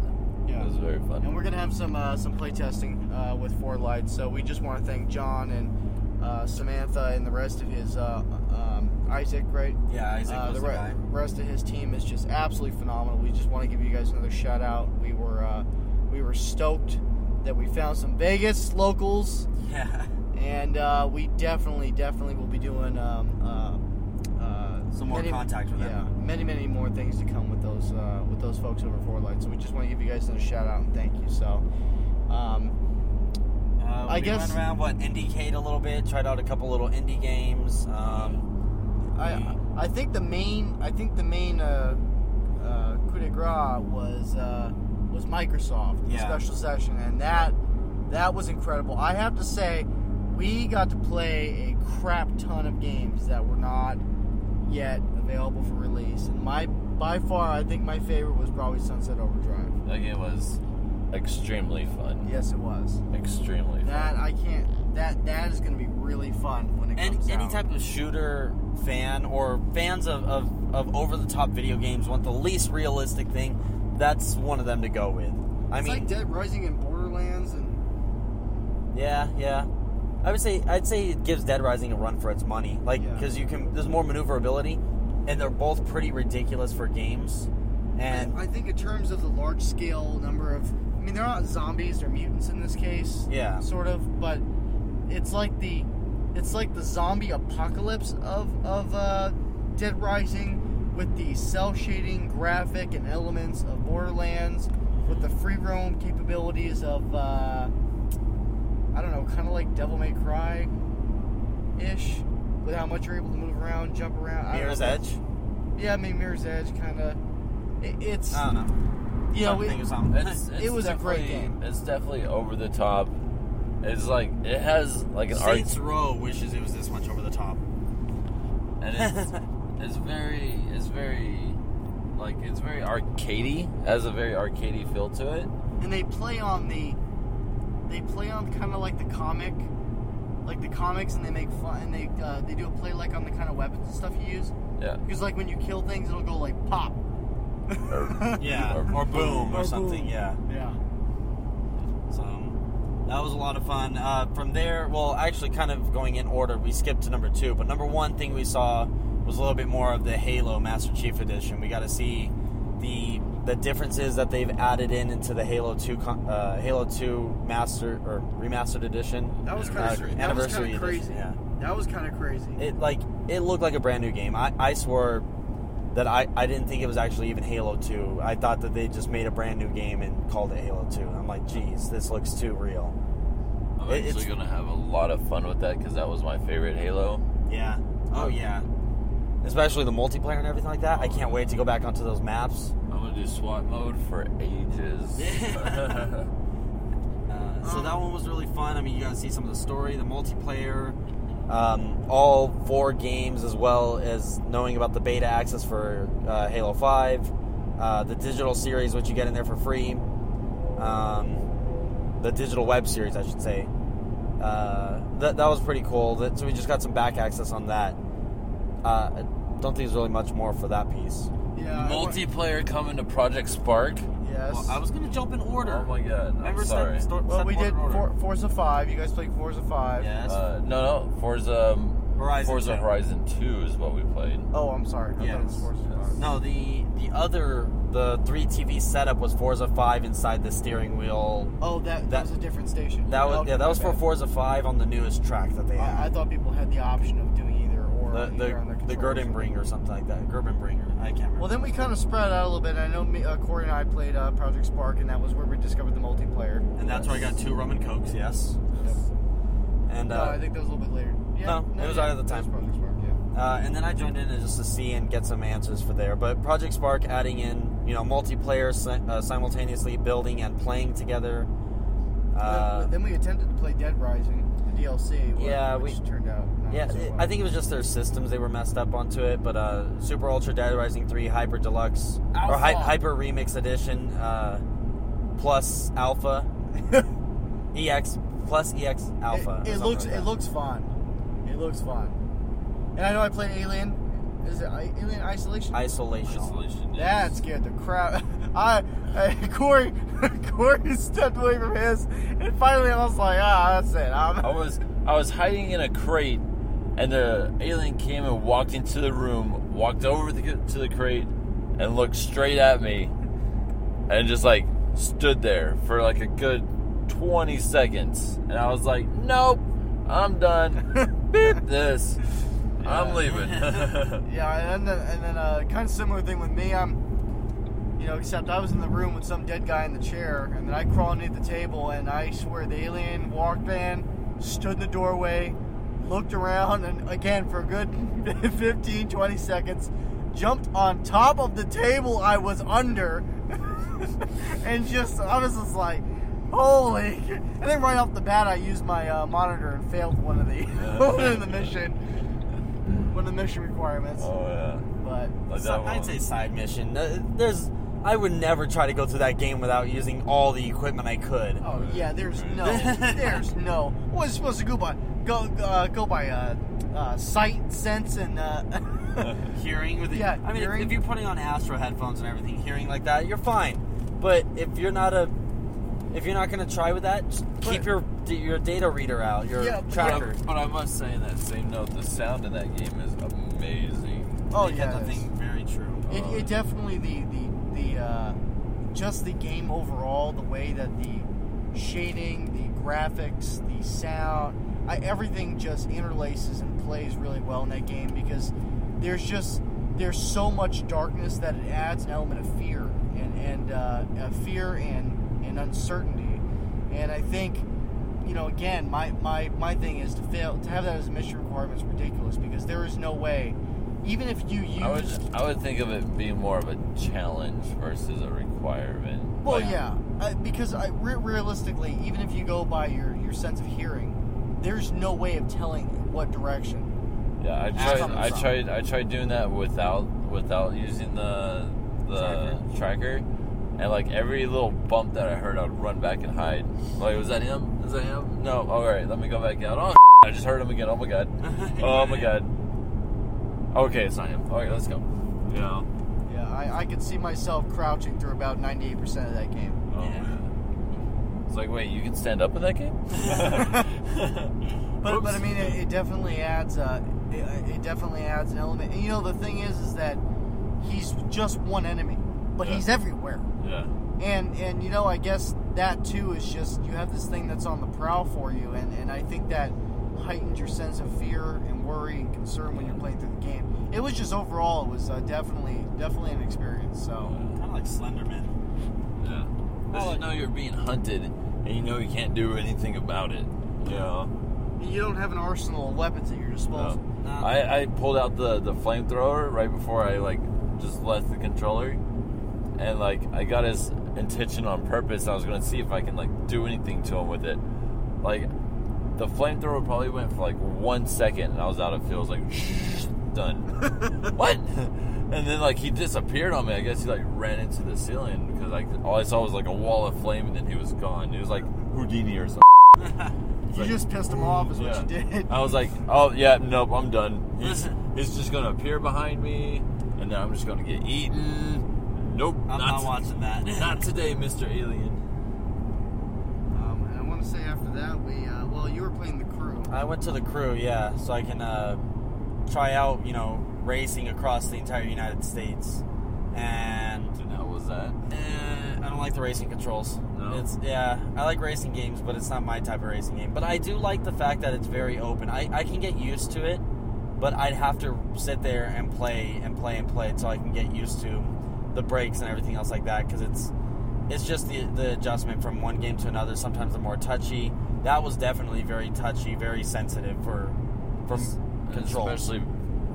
S1: Yeah.
S3: It was very
S1: And
S3: fun.
S1: we're gonna have some uh, some play testing uh, with Four Lights. So we just want to thank John and uh, Samantha and the rest of his uh, um, Isaac, right?
S2: Yeah, Isaac
S1: Uh,
S2: was
S1: the
S2: the,
S1: re-
S2: guy.
S1: rest of his team is just absolutely phenomenal. We just want to give you guys another shout out. We were uh, we were stoked that we found some Vegas locals.
S2: Yeah,
S1: and uh, we definitely, definitely will be doing um, uh, uh,
S2: Some more contact with
S1: yeah,
S2: them.
S1: many, many more things to come with those uh, with those folks over Four Lights. So we just want to give you guys a shout out and thank you. So, um,
S2: uh,
S1: I
S2: we
S1: guess-
S2: went around what IndieCade a little bit. Tried out a couple little indie games. Um,
S1: I I think the main I think the main uh, uh, coup de grace was uh, was Microsoft the
S2: Yeah.
S1: special session, and that that was incredible. I have to say, we got to play a crap ton of games that were not yet available for release, and my by far I think my favorite was probably Sunset Overdrive.
S3: That game was extremely fun.
S1: Yes, it was.
S3: Extremely fun.
S1: That I can't. That that is going to be really fun when it
S2: any
S1: comes
S2: any
S1: out.
S2: type of shooter fan or fans of, of, of over the top video games want the least realistic thing. That's one of them to go with. I
S1: it's
S2: mean,
S1: like Dead Rising and Borderlands and.
S2: Yeah, yeah. I would say I'd say it gives Dead Rising a run for its money, like
S1: Yeah.
S2: because you can. There's more maneuverability, and they're both pretty ridiculous for games. And
S1: I think in terms of the large scale number of, I mean, they're not zombies; they're mutants in this case.
S2: Yeah.
S1: Sort of, but it's like the, it's like the zombie apocalypse of of uh, Dead Rising, with the cell shading graphic and elements of Borderlands, with the free roam capabilities of, uh, I don't know, kind of like Devil May Cry, ish, with how much you're able to move around, jump around. I don't
S2: Mirror's
S1: know.
S2: Edge.
S1: Yeah, I mean Mirror's Edge, kind of. It's
S2: I don't know.
S1: you know,
S2: Something
S1: it-
S2: or something.
S3: It's, it's
S1: It was a great
S3: definitely-
S1: game.
S3: It's definitely over the top. It's like it has like an art,
S2: Saints Row wishes it was this much over the top.
S3: and it's, it's very, it's very, like it's very arcadey. Has a very arcadey feel to it.
S1: and they play on the they play on kind of like the comic like the comics and they make fun and they uh, they do a play like on the kind of weapons and stuff you use
S3: Yeah.
S1: because like when you kill things it'll go like pop
S2: Yeah,
S3: Or-
S2: or, boom or,
S1: Or
S2: something.
S1: boom.
S2: Yeah.
S1: yeah
S2: So um, that was a lot of fun. Uh, from there, well, actually, kind of going in order, we skipped to number two, but number one thing we saw was a little bit more of the Halo Master Chief Edition. We got to see the the differences that they've added in into the Halo Two con- uh, Halo Two Master or Remastered Edition.
S1: that was kind
S2: Anniversary-
S1: of that was kind
S2: anniversary
S1: of
S2: edition,
S1: crazy
S2: yeah.
S1: that was kind of crazy
S2: It like it looked like a brand new game. I, I swore that I, I didn't think it was actually even Halo Two. I thought that they just made a brand new game and called it Halo Two. I'm like, geez, this looks too real.
S3: I I'm
S6: It-
S3: actually
S6: it's-
S3: gonna have a lot of fun with that because that was my favorite Halo.
S6: Yeah. Oh yeah.
S2: especially the multiplayer and everything like that. I can't wait to go back onto those maps.
S3: I'm gonna do SWAT mode for ages.
S6: Uh,
S1: Oh.
S6: so that one was really fun. I mean, you got to see some of the story, the multiplayer.
S2: Um, all four games, as well as knowing about the beta access for uh, Halo Five, uh, the digital series, which you get in there for free, um, the digital web series, I should say. Uh, that that was pretty cool. That, so we just got some back access on that. Uh, I don't think there's really much more for that piece.
S1: Yeah. I want-
S3: Multiplayer coming to Project Spark.
S1: Yes.
S6: Well, I was gonna jump in order.
S3: Oh my god!
S6: Remember,
S3: I'm sorry.
S6: Set, sto-
S1: Well,
S6: set
S1: we
S6: one
S1: did
S6: in order.
S1: For, Forza Five. You guys played Forza Five.
S6: Yes.
S3: Uh, no, no. Forza um,
S6: Horizon
S3: Forza
S6: 2.
S3: Horizon Two is what we played.
S1: Oh, I'm sorry. I thought it was
S6: Yes.
S1: Forza
S3: Yes.
S1: Five.
S2: No, the the other the three TV setup was Forza Five inside the steering wheel.
S1: Oh, that, that
S2: That-
S1: was a different station.
S2: That was
S1: Okay,
S2: yeah, that
S1: my
S2: was for
S1: bad.
S2: Forza Five on the newest track that they
S1: I, I
S2: had.
S1: thought people had the option of doing either or.
S2: The
S1: either on their
S2: the the
S1: controllers.
S2: Gerdenbringer or something like that. Gerbenbringer.
S6: I can't remember.
S1: Well, then we kind of spread out a little bit. I know me, uh, Corey and I played uh, Project Spark, and that was where we discovered the multiplayer.
S6: and that's where I got two rum and cokes. Yes.
S2: And
S1: no, I
S2: uh,
S1: think that was a little bit later. Yeah,
S2: No, it was
S1: yeah,
S2: out at
S1: that
S2: the
S1: was
S2: time.
S1: Project Spark, yeah.
S2: uh, and then I joined in just to see and get some answers for there. But Project Spark adding in you know multiplayer si- uh, simultaneously building and playing together. Uh,
S1: then we attempted to play Dead Rising, the DLC. wh-
S2: Yeah, we-
S1: which turned out. Not
S2: Yeah,
S1: so
S2: it-
S1: well.
S2: I think it was just their systems they were messed up onto it. But uh, Super Ultra Dead Rising Three Hyper Deluxe or Hy-
S6: Alpha.
S2: Hyper Remix Edition uh, plus Alpha EX plus EX Alpha.
S1: It,
S2: or
S1: it
S2: something
S1: looks
S2: like
S1: it
S2: that.
S1: looks fun. It looks fun. And I know I played Alien. Is it I- Alien Isolation?
S2: isolation.
S3: Isolation.
S1: That scared the crap. I, I Corey, Corey stepped away from his, and finally I was like, ah, that's it. I'm,
S3: I was I was hiding in a crate, and the alien came and walked into the room, walked over the, to the crate, and looked straight at me, and just like stood there for like a good twenty seconds, and I was like, nope, I'm done. Beep this. I'm leaving.
S1: Yeah, and then and then uh, kind of similar thing with me. um, I'm, you know, except I was in the room with some dead guy in the chair, and then I crawled underneath the table, and I swear the alien walked in, stood in the doorway, looked around, and again for a good 15, 20 seconds, jumped on top of the table I was under, and just I was just like. Holy! And then right off the bat, I used my uh, monitor and failed one of the one of the mission, one of the mission requirements.
S3: oh yeah.
S1: But
S3: Like
S2: So-
S3: that
S2: I'd
S3: one.
S2: say side mission. Uh, There's, I would never try to go through that game without using all the equipment I could.
S1: oh yeah, there's no, there's no. What was supposed to go by? Go uh, go by uh, uh, sight, sense, and uh,
S6: Hearing with the
S1: Yeah,
S6: I mean, if-
S1: hearing.
S6: if you're putting on Astro headphones and everything, hearing
S2: Like that, you're fine. But if you're not a, if you're not gonna try with that, just keep
S1: But-
S2: your your data reader out, your
S1: Yeah, but-
S3: But I-
S2: tracker.
S3: but I must say, in that same note, the sound in that game is amazing.
S1: oh
S6: they
S1: yeah,
S6: get the thing very true.
S1: It,
S3: Uh,
S1: it
S3: Um,
S1: definitely the the the uh, just the game overall, the way that the shading, the graphics, the sound, I, everything just interlaces and plays really well in that game because there's just there's so much darkness that it adds an element of fear and and uh, uh, fear and and uncertainty, and I think you know, again, my, my, my thing is to fail to have that as a mission requirement is ridiculous because there is no way, even if you use
S3: I would I would think of it being more of a challenge versus a requirement.
S1: well,
S3: Like,
S1: yeah, I, because I, re- realistically, even if you go by your, your sense of hearing, there's no way of telling what direction.
S3: yeah. I
S1: That's
S3: tried
S1: something
S3: I
S1: wrong.
S3: tried I tried doing that without without using the the tracker. and like every little bump that I heard, I'd run back and hide. Like, was that him? Is that him? No. All right, let me go back out. Oh, I just heard him again. Oh my god. Oh my god. Okay, it's not him. All right, let's go. Yeah.
S1: Yeah, I, I could see myself crouching through about ninety eight percent of that game.
S3: Oh,
S6: Yeah.
S3: man. It's like, wait, you can stand up in that game?
S1: But but I mean, it, it definitely adds uh, it, it definitely adds an element. And you know, the thing is, is that he's just one enemy, but
S3: Yeah.
S1: he's everywhere.
S3: yeah.
S1: and and you know i guess that too is just you have this thing that's on the prowl for you and and i think that heightened your sense of fear and worry and concern when you're playing through the game it was just overall it was uh, definitely definitely an experience
S3: Oh,
S1: so
S6: Kind of like Slenderman.
S3: Yeah. Because you know you're being hunted and you know you can't do anything about it. Yeah.
S1: You don't have an arsenal of weapons at your disposal.
S3: No.
S2: Nah.
S3: I, I pulled out the, the flamethrower right before I like just left the controller, and like I got his intention on purpose. I was gonna see if I can like do anything to him with it. Like the flamethrower probably went for like one second, and I was out of fuel. I was like, done. what? And then like he disappeared on me. I guess he like ran into the ceiling because like all I saw was like a wall of flame, and then he was gone. He was like Houdini or something.
S1: You
S3: Like,
S1: just pissed him off, is what you
S3: yeah.
S1: did.
S3: I was like, oh yeah, nope, I'm done. He's, he's just gonna appear behind me, and then I'm just gonna get eaten. Nope,
S2: I'm not,
S3: to-
S2: watching that.
S3: Not today, Mr. Alien.
S1: Um, and I want to say after that, we uh, well, you were playing the crew.
S2: I went to the crew, yeah, so I can uh, try out, you know, racing across the entire United States. And
S3: And how was that?
S2: eh, I don't like the racing controls.
S3: No?
S2: It's yeah, I like racing games, but it's not my type of racing game. But I do like the fact that it's very open. I, I can get used to it, but I'd have to sit there and play and play and play until I can get used to the brakes and everything else like that because it's it's just the the adjustment from one game to another. Sometimes the more touchy. That was definitely very touchy, very sensitive for from control.
S3: Especially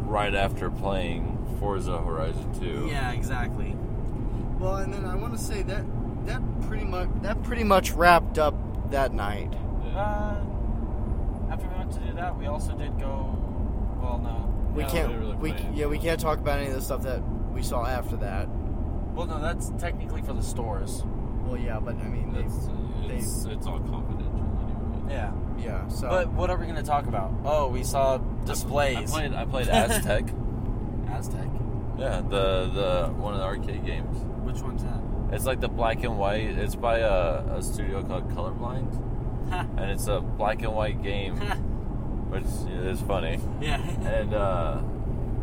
S3: right after playing Forza Horizon 2.
S2: Yeah, exactly.
S1: Well, and then I want to say that that pretty much that pretty much wrapped up that night.
S2: Uh, after we went to do that, we also did go. Well, no.
S1: We
S2: No,
S1: can't
S3: really
S1: we
S3: played.
S1: yeah we can't talk about any of the stuff that we saw after that.
S2: Well, no, that's technically for the stores.
S1: Well, yeah, but I mean,
S3: That's,
S1: they-
S3: it's, it's all confidential anyway.
S2: Yeah.
S1: yeah. So
S2: But what are we going to talk about? Oh, we saw displays.
S3: I played, I played Aztec.
S2: Aztec.
S3: yeah, the, the one of the arcade games.
S2: Which one's that?
S3: It's like the black and white. It's by a, a studio called Colorblind,
S2: Ha.
S3: and it's a black and white game, which is funny.
S2: yeah.
S3: And uh,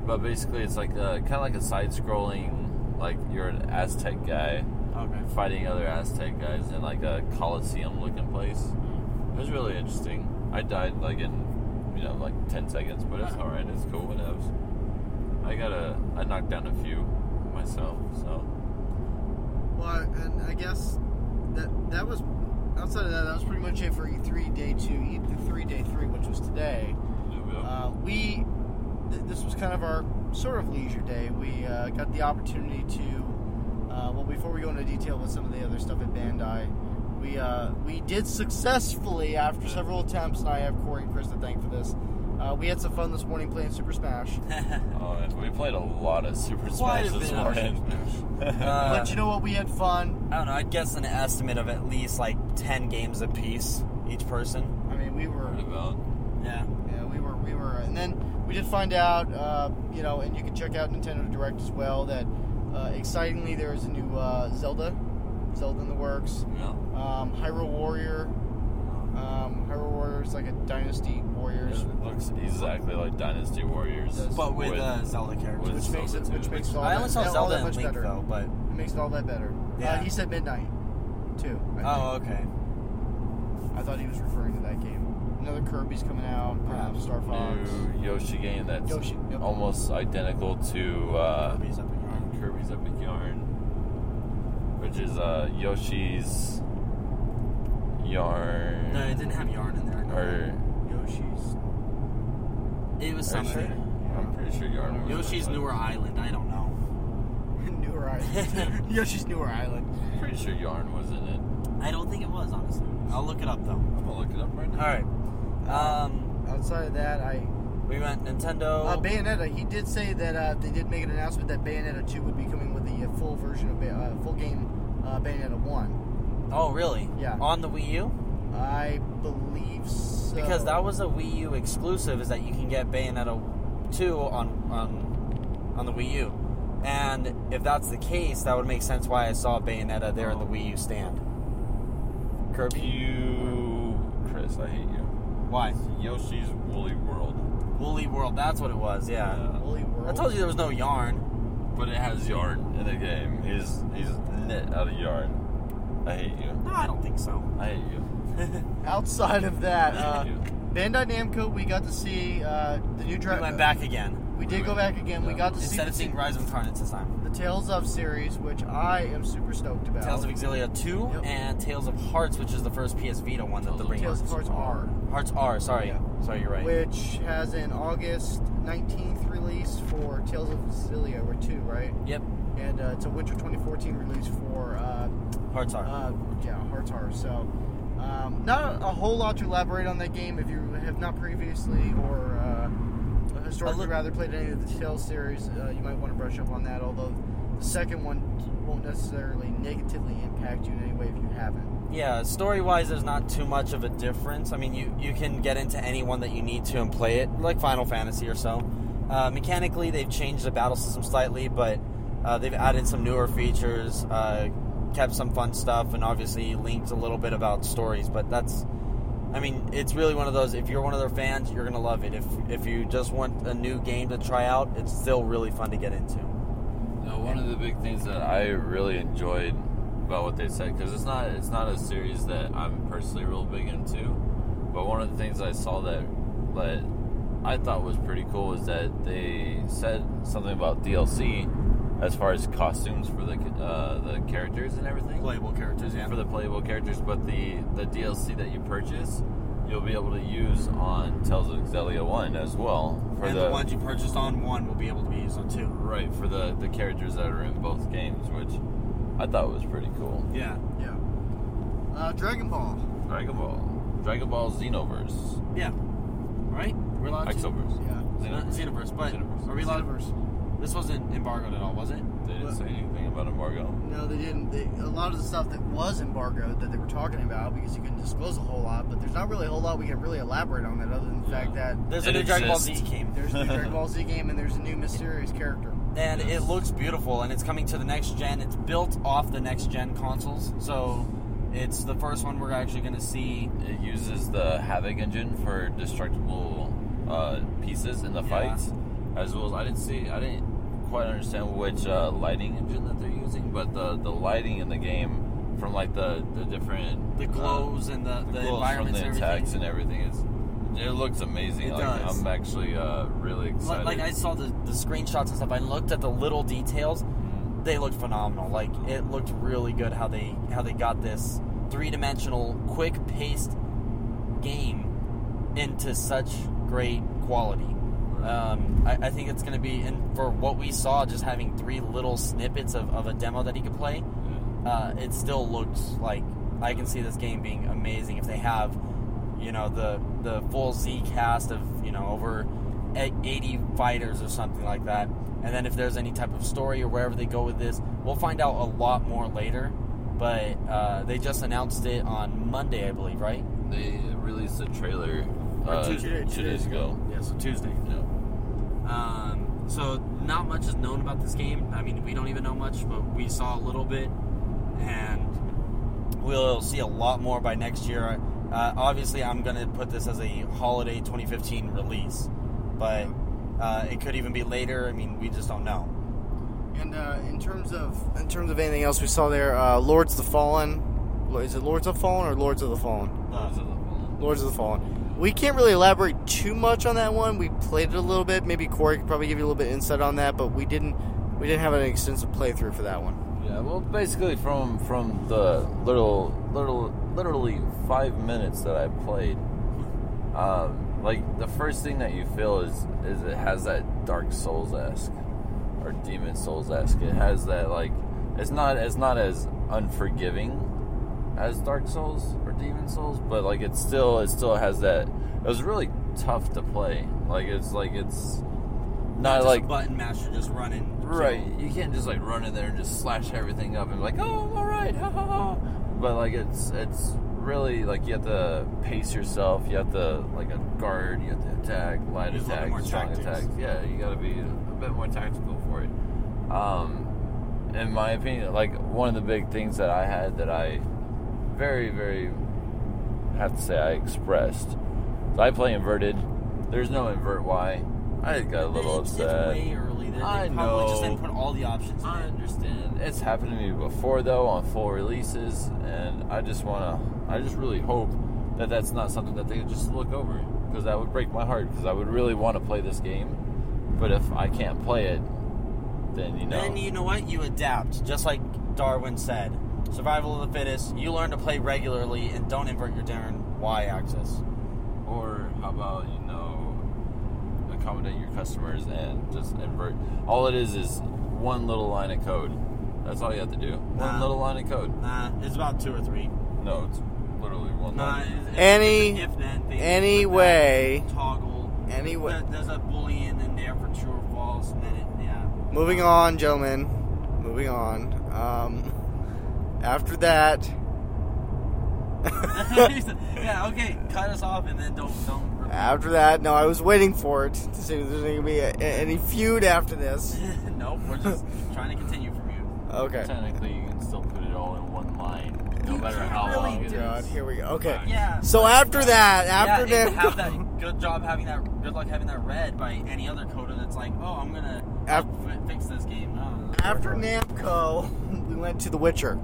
S3: but basically, it's like kind of like a side-scrolling, like you're an Aztec guy
S2: okay.
S3: fighting other Aztec guys in like a coliseum-looking place. It was really interesting. I died like in you know like ten seconds, but it's all right. It's cool. Whatevs. I got a I knocked down a few myself, so
S1: well, and I guess that that was outside of that that was pretty much it for E three day two, E three day three, which was today. Uh, we th- this was kind of our sort of leisure day. We uh, got the opportunity to uh, well before we go into detail with some of the other stuff at Bandai, we uh, we did successfully after several attempts, and I have Corey and Chris to thank for this. Uh, we had some fun this morning playing Super Smash,
S2: Uh,
S3: Oh, and we played a lot of Super
S2: Quite
S3: Smash
S2: a
S3: this
S2: bit of
S3: morning.
S2: Uh,
S1: but you know what? We had fun.
S2: I don't know. I'd guess an estimate of at least like 10 games apiece, each person.
S1: I mean, we were
S3: What about?
S2: Yeah.
S1: Yeah, we were, we were, and then we did find out, uh, you know, and you can check out Nintendo Direct as well. That uh, excitingly, there is a new uh, Zelda, Zelda in the works.
S3: Yeah.
S1: Um, Hyrule Warrior, um, Hyrule Warrior is like a Dynasty Warriors,
S3: It looks exactly like Dynasty Warriors,
S1: Does-
S2: But with, uh, Zelda characters.
S3: with
S1: which makes it,
S3: Zelda
S1: which
S3: too.
S1: makes it all
S2: I
S1: that,
S2: only saw
S1: all
S2: Zelda
S1: that
S2: and
S1: much
S2: Link,
S1: better.
S2: though, but.
S1: It makes it all that better. Uh,
S2: Yeah.
S1: he said Midnight, too. I
S2: Oh, okay.
S1: think. I thought he was referring to that game. Another Kirby's coming out, um, Star Fox.
S3: new Yoshi game that's
S1: Yoshi, yep.
S3: almost identical to uh,
S2: Kirby's Epic Yarn.
S3: Kirby's Epic Yarn, which is uh, Yoshi's Yarn
S2: No, it didn't have yarn in there.
S3: or
S1: Yoshi's.
S2: It was
S3: Are you
S2: something.
S3: sure? I'm pretty sure Yarn. was
S2: Yoshi's
S3: the-
S2: Newer Island. I don't know.
S1: Newer Island. Yoshi's Newer Island.
S3: I'm pretty sure Yarn was in it.
S2: I don't think it was, honestly. I'll look it up, though.
S3: I'm gonna look it up right now.
S2: All right. Um,
S1: Outside of that, I
S2: we went Nintendo.
S1: uh, Bayonetta. He did say that uh, they did make an announcement that Bayonetta two would be coming with the uh, full version of Bay- uh, full game uh, Bayonetta one.
S2: oh, really?
S1: Yeah.
S2: On the Wii U?
S1: I believe so.
S2: Because that was a Wii U exclusive, is that you can get Bayonetta 2 on on on the Wii U. And if that's the case, that would make sense why I saw Bayonetta there in the Wii U stand. Kirby?
S3: You, Chris, I hate you.
S2: Why?
S3: Yoshi's Woolly World,
S2: Woolly World. That's what it was. Yeah.
S1: Holy world.
S2: I told you there was no yarn.
S3: but it has yarn in the game. He's he's knit out of yarn. I hate you.
S2: No, I don't think so.
S3: I hate you.
S1: Outside of that, uh,
S3: I hate you.
S1: Bandai Namco. We got to see uh, the new
S2: We
S1: Dragon.
S2: went back again.
S1: We did go back again. We
S3: Yeah.
S1: got to see
S2: Instead
S1: the,
S2: of seeing Rise of Incarnates this time.
S1: the Tales of series, which I am super stoked about.
S2: Tales of Exilia 2
S1: Yep.
S2: and Tales of Hearts, which is the first PS Vita one that they're bringing.
S1: Tales of Hearts R.
S2: Hearts R. Sorry, sorry, you're right.
S1: which has an August 19th release for Tales of Zillia. We're two, right?
S2: Yep,
S1: And uh, it's a Winter 2014 release for uh,
S2: Hearts R.
S1: uh, yeah, Hearts are. So, um, not a whole lot to elaborate on that game if you have not previously or uh, historically
S2: A li-
S1: rather played any of the Tales series. Uh, you might want to brush up on that, although the second one won't necessarily negatively impact you in any way if you haven't.
S2: yeah, story wise, there's not too much of a difference. I mean, you you can get into any one that you need to and play it, like Final Fantasy or so. Uh, mechanically, they've changed the battle system slightly, but uh, they've added some newer features, uh, kept some fun stuff, and obviously linked a little bit about stories. But that's, I mean, it's really one of those. If you're one of their fans, you're gonna love it. If if you just want a new game to try out, it's still really fun to get into.
S3: No, one of the big things that I really enjoyed about what they said because it's not it's not a series that I'm personally real big into, but one of the things I saw that that I thought was pretty cool was that they said something about DLC as far as costumes for the uh, the characters and everything
S2: Playable characters,
S3: for the playable characters, but the the DLC that you purchase. You'll be able to use on Tales of Exelia One as well for
S2: and the, ones you purchased on one will be able to be used on two.
S3: Right, for the, the characters that are in both games, which I thought was pretty cool.
S2: Yeah.
S1: Yeah. Uh, Dragon Ball.
S3: Dragon Ball. Dragon Ball Xenoverse.
S2: Yeah. Right? We're allowed to.
S3: Exoverse.
S1: Yeah.
S2: Not Xenoverse, but
S3: Xenoverse.
S2: are we allowed? This wasn't embargoed at all, was it?
S3: They didn't say anything about embargo.
S1: No, they didn't. They, a lot of the stuff that was embargoed that they were talking about because you couldn't disclose a whole lot, but there's not really a whole lot we can really elaborate on that other than the
S3: Yeah.
S1: fact that
S2: There's
S3: It
S2: a new Dragon Ball Z
S3: exists.
S2: game,
S1: there's a new Dragon Ball Z game and there's a new mysterious character.
S2: and
S3: Yes.
S2: it looks beautiful, and it's coming to the next gen. It's built off the next gen consoles, so it's the first one we're actually going to see.
S3: It uses the Havoc engine for destructible uh, pieces in the
S2: Yeah.
S3: fights, as well as I didn't see, I didn't quite understand which uh, lighting engine that they're using, but the, the lighting in the game from like the, the different
S2: The
S3: uh,
S2: glows and the, the,
S3: the glows from
S2: environments
S3: the
S2: and everything.
S3: attacks and everything. It's, it looks amazing.
S2: It
S3: like,
S2: does.
S3: I'm actually uh, really
S2: Like,
S3: excited.
S2: like I saw the, the screenshots and stuff. I looked at the little details. They looked phenomenal. Like it looked really good how they how they got this three dimensional, quick paced game into such great quality.
S3: Mm-hmm.
S2: Um, I, I think it's going to be, and for what we saw, just having three little snippets of, of a demo that he could play, uh, it still looks like I can see this game being amazing if they have, you know, the the full Z cast of you know over e- eighty fighters or something like that. And then if there's any type of story or wherever they go with this, we'll find out a lot more later. But uh, they just announced it on Monday, I believe, right?
S3: They released a trailer
S2: Or
S3: uh, two,
S2: two-
S3: days,
S2: two days
S3: ago.
S2: Yeah, so Tuesday.
S3: Yeah.
S2: Um, so not much is known about this game. I mean, we don't even know much, but we saw a little bit, and we'll see a lot more by next year. Uh, obviously, I'm going to put this as a holiday 2015 release, but uh, it could even be later. I mean, we just don't know.
S1: And uh, in terms of in terms of anything else we saw there, uh, Lords of the Fallen. Is it Lords of the Fallen or Lords of the Fallen?
S2: Uh.
S3: Those are the ones.
S1: Lords of the Fallen. We can't really elaborate too much on that one. We played it a little bit. Maybe Corey could probably give you a little bit of insight on that, but we didn't we didn't have an extensive playthrough for that one.
S3: Yeah, well, basically from from the little little literally five minutes that I played, um, like the first thing that you feel is is it has that Dark Souls esque or Demon Souls esque. It has that like it's not it's not as unforgiving as Dark Souls or Demon Souls, but like it's still it still has that. It was really tough to play. Like it's like it's not
S2: just
S3: like
S2: a button master just running.
S3: Right. You can't just like run in there and just slash everything up and be like, oh, all right, ha ha ha. But like it's it's really like you have to pace yourself. You have to like a guard. You have to attack, light
S2: Use a little
S3: attack,
S2: bit more
S3: strong
S2: tactics.
S3: attack. Yeah, you got to be a bit more tactical for it. Um, in my opinion, like one of the big things that I had that I very very have to say I expressed. So I play inverted. There's no invert Y. I got a little
S2: It's- it's
S3: upset.
S2: way early. They, they
S3: I
S2: probably just
S3: know.
S2: didn't put all the options. in
S3: I
S2: it.
S3: understand. It's happened to me before though on full releases, and I just wanna, I just really hope that that's not something that they just look over because that would break my heart because I would really want to play this game, but if I can't play it, then you know.
S2: Then you know what? You adapt, just like Darwin said. Survival of the fittest. You learn to play regularly and don't invert your darn Y axis.
S3: Or how about you know accommodate your customers and just invert? All it is is one little line of code. That's all you have to do. One
S2: Nah.
S3: little line of code.
S2: Nah, it's about two or three.
S3: No, it's literally one
S2: Nah,
S3: line.
S2: it's, it's,
S1: Any-
S2: it's an if then thing.
S1: anyway.
S2: Toggle.
S1: Anyway.
S2: There- There's a boolean in there for true or false, and then it, yeah.
S1: Moving on, gentlemen. Moving on. Um, after that,
S2: yeah, okay, cut us off and then don't don't.
S1: after that, no, I was waiting for it to see if there's going to be a, any feud after this.
S2: nope, we're just trying to continue from you.
S1: Okay.
S3: Technically, you can still put it all in one line, no
S2: You
S3: matter
S2: can't
S3: how
S2: really
S3: long it
S2: do
S1: Oh, God,
S3: is.
S1: here we go. Okay.
S2: Yeah.
S1: So after that, after
S2: yeah,
S1: that,
S2: and have that good job having that good luck having that read by any other coder that's like, oh, I'm gonna
S1: After-
S2: fi- fix this game. Oh,
S1: after Namco, we went to The Witcher.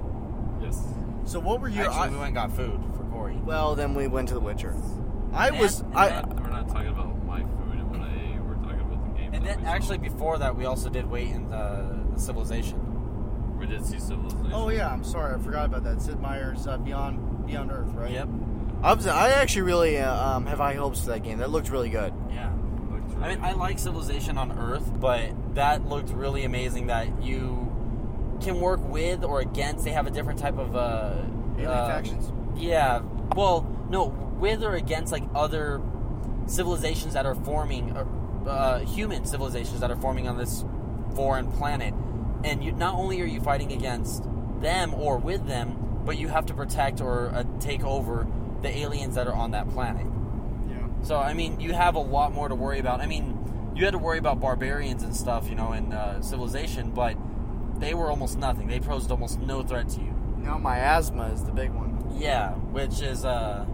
S3: Yes.
S1: So what were your?
S2: actually, we went and got food for Corey.
S1: well, then we went to The Witcher. I
S2: And-
S1: was
S2: and
S1: I
S2: then-
S3: We're not talking about my food and what I. We're talking about the game.
S2: And
S3: that
S2: then
S3: we saw.
S2: actually before that, we also did wait in the Civilization.
S3: we did see Civilization.
S1: Oh yeah, I'm sorry, I forgot about that. Sid Meier's uh, Beyond Beyond Earth, right?
S2: Yep.
S1: I, was, I actually really uh, um, have high hopes for that game. That looked really good.
S2: Yeah.
S3: Looked
S5: I mean,
S3: really-
S5: I like Civilization on Earth, but that looked really amazing that you can work with or against. They have a different type of. Uh,
S1: Alien
S5: uh,
S1: factions.
S5: Yeah. Well, no, with or against like other civilizations that are forming, uh, uh, human civilizations that are forming on this foreign planet, and you not only are you fighting against them or with them, but you have to protect or uh, take over the aliens that are on that planet.
S1: Yeah.
S5: So I mean, you have a lot more to worry about. I mean, you had to worry about barbarians and stuff, you know, in uh, civilization, but they were almost nothing. They posed almost no threat to you.
S1: Now miasma is the big one.
S5: Yeah, which is uh,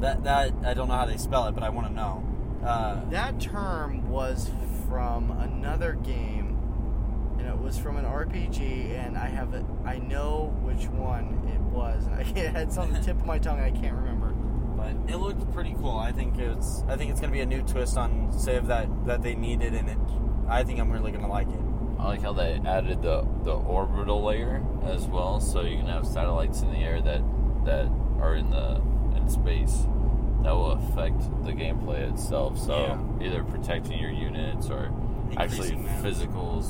S5: that that I don't know how they spell it, but I want to know. Uh,
S1: That term was from another game, and it was from an RPG, and I have a, I know which one it was, and I can't- it had something tip of my tongue, and I can't remember.
S5: but it looked pretty cool. I think it's I think it's gonna be a new twist on Civ that that they needed, and it I think I'm really gonna like it.
S3: I like how they added the the orbital layer as well, so you can have satellites in the air that that are in the in space that will affect the gameplay itself. So either protecting your units or actually
S2: Increasing damage.
S3: physicals,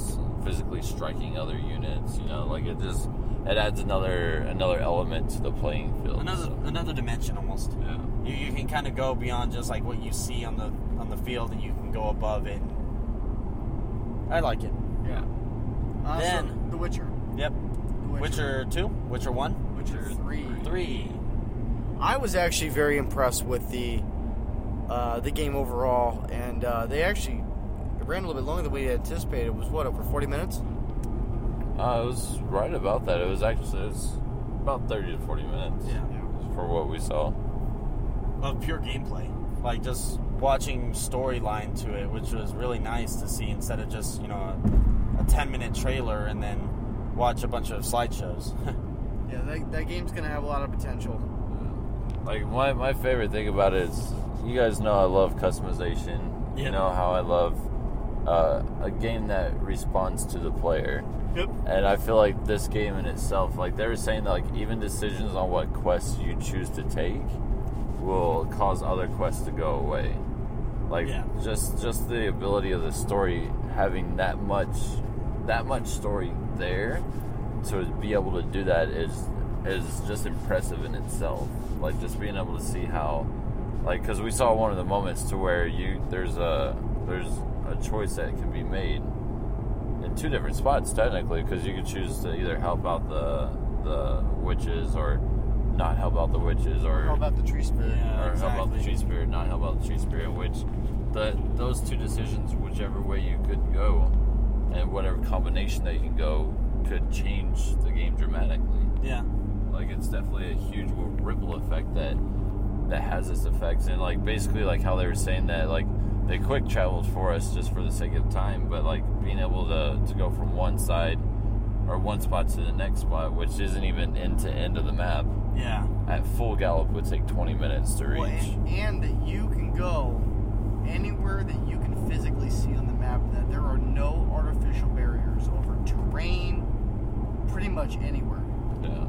S3: physically striking other units. You know, like it just it adds another another element to the playing field.
S2: Another
S3: so,
S2: another dimension almost.
S3: yeah.
S2: You, you can kind of go beyond just like what you see on the on the field, and you can go above it. I like it.
S3: Yeah.
S1: Uh, so
S5: Then-
S1: The Witcher.
S2: Yep.
S1: The
S2: Witcher two, Witcher one,
S1: Witcher three.
S2: three.
S1: I was actually very impressed with the uh, the game overall, and uh, they actually it ran a little bit longer than we anticipated. It was what over forty minutes?
S3: Uh, it was right about that. It was actually it was about thirty to forty minutes.
S2: Yeah.
S3: For what we saw.
S2: of pure gameplay. Like just watching storyline to it, which was really nice to see instead of just, you know, a, a 10 minute trailer and then watch a bunch of slideshows.
S1: Yeah, that, that game's gonna have a lot of potential.
S3: Like my, my favorite thing about it is you guys know I love customization. You
S2: Yep.
S3: know how I love uh, a game that responds to the player.
S2: Yep.
S3: And I feel like this game in itself, like they were saying that like even decisions on what quests you choose to take will cause other quests to go away. Like
S2: Yeah.
S3: just just the ability of the story having that much that much story there to be able to do that is is just impressive in itself. Like just being able to see how, like, because we saw one of the moments to where you there's a there's a choice that can be made in two different spots technically because you could choose to either help out the the witches or not help out the witches or
S1: How about the tree spirit?
S2: Yeah.
S3: or help out the
S2: Exactly.
S3: tree spirit, not help out the tree spirit. Which the those two decisions, whichever way you could go, and whatever combination that you can go, could change the game dramatically.
S2: yeah.
S3: Like it's definitely a huge ripple effect that that has its effects, and like basically like how they were saying that like they quick traveled for us just for the sake of time, but like being able to to go from one side or one spot to the next spot, which isn't even end to end of the map.
S2: Yeah.
S3: At full gallop would take 20 minutes to reach.
S1: Well, and, and that you can go anywhere that you can physically see on the map. That there are no artificial barriers over terrain, pretty much anywhere.
S3: Yeah.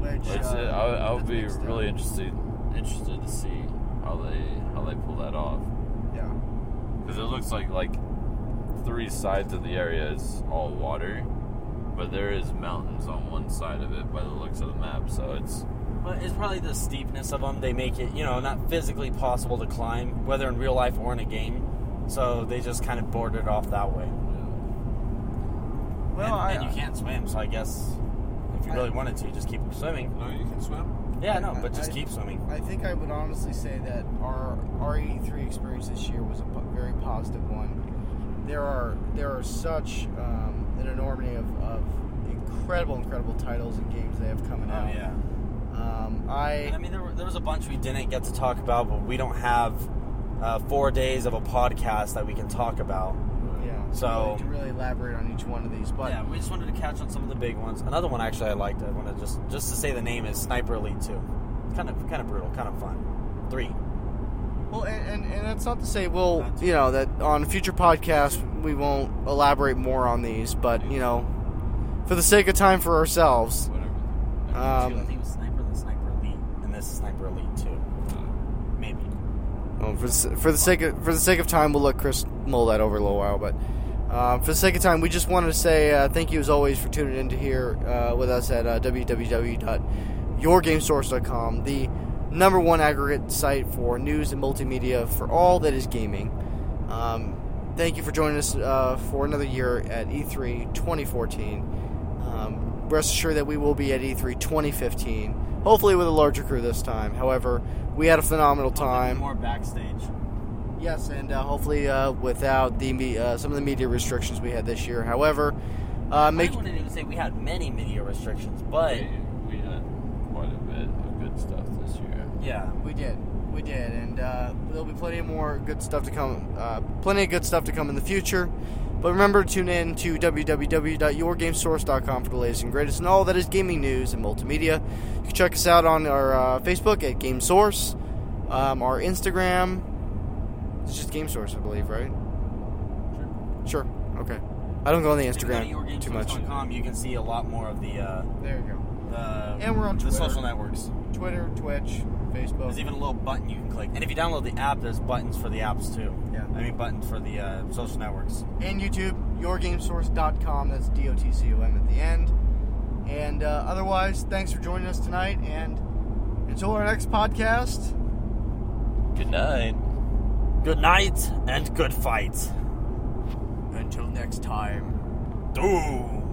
S1: Which
S3: That's
S1: uh,
S3: it. I, I would
S1: that's
S3: be
S1: big stuff.
S3: really interested interested to see how they how they pull that off
S1: Yeah.
S3: because it looks like like three sides of the area is all water, but there is mountains on one side of it by the looks of the map. So it's
S2: But it's probably the steepness of them. They make it, you know, not physically possible to climb, whether in real life or in a game. So they just kind of bordered it off that way.
S1: Well,
S2: and,
S1: I, uh,
S2: and you can't swim, so I guess if you
S1: I-
S2: really wanted to, you just keep swimming.
S7: No, you can swim.
S2: Yeah, no, but just
S1: I-
S2: keep swimming.
S1: I think I would honestly say that our R83 experience this year was a po- very positive one. There are there are such um, an enormity of, of incredible incredible titles and games they have
S3: Oh,
S1: coming out. Um,
S2: And I
S1: I
S2: mean, there, were, there was a bunch we didn't get to talk about, but we don't have uh, four days of a podcast that we can talk about.
S1: yeah.
S2: So-
S1: to really elaborate on each one of these, but
S2: yeah, we just wanted to catch on some of the big ones. Another one actually I liked. I want to just just to say the name is Sniper Elite Two. Kind of kind of brutal, kind of fun. Three.
S1: Well, and, and, and that's not to say we'll, you know, that on future podcasts we won't elaborate more on these, but, you know, for the sake of time for ourselves.
S3: whatever.
S7: Uh,
S2: Two, I
S1: Um,
S2: think it was Sniper and Sniper Elite, and this is Sniper Elite Two,
S1: Uh,
S2: maybe.
S1: well, Um, for, the s- for the sake of for the sake of time, we'll let Chris mull that over a little while. But um, for the sake of time, we just wanted to say uh, thank you as always for tuning in to here uh, with us at uh, www.yourgamesource.com, the number one aggregate site for news and multimedia for all that is gaming. Um, thank you for joining us uh, for another year at E E3 2014. Um, rest assured that we will be at E E3 2015, hopefully with a larger crew this time. However, we had a phenomenal time.
S2: More backstage.
S1: Yes, and uh, hopefully uh, without the me- uh, some of the media restrictions we had this year. However, uh,
S2: I
S1: make
S2: wanted to say we had many media restrictions, but
S3: we, we had quite a bit of good stuff this year.
S2: yeah,
S1: we did, we did, and uh, there'll be plenty more good stuff to come. Uh, plenty of good stuff to come in the future. But remember, to tune in to www.yourgamesource.com for the latest and greatest and all that is gaming news and multimedia. You can check us out on our uh, Facebook at Game Source, um, our Instagram. It's just Game Source, I believe, right? Sure. Sure. Okay. I don't go on the Instagram too much.
S2: yourgamesource.com, You can see a lot more of the uh,
S1: There you go.
S2: the
S1: And we're on
S2: the
S1: Twitter.
S2: social networks.
S1: Twitter, Twitch,
S2: There's
S1: Facebook.
S2: even a little button you can click, and if you download the app, there's buttons for the apps too.
S1: Yeah.
S2: I mean buttons for the uh, social networks.
S1: and YouTube, yourgamesource.com. That's D O T C O M at the end. And uh, otherwise, thanks for joining us tonight. And until our next podcast,
S3: Good night.
S2: Good night and good fight.
S1: until next time.
S2: Doom.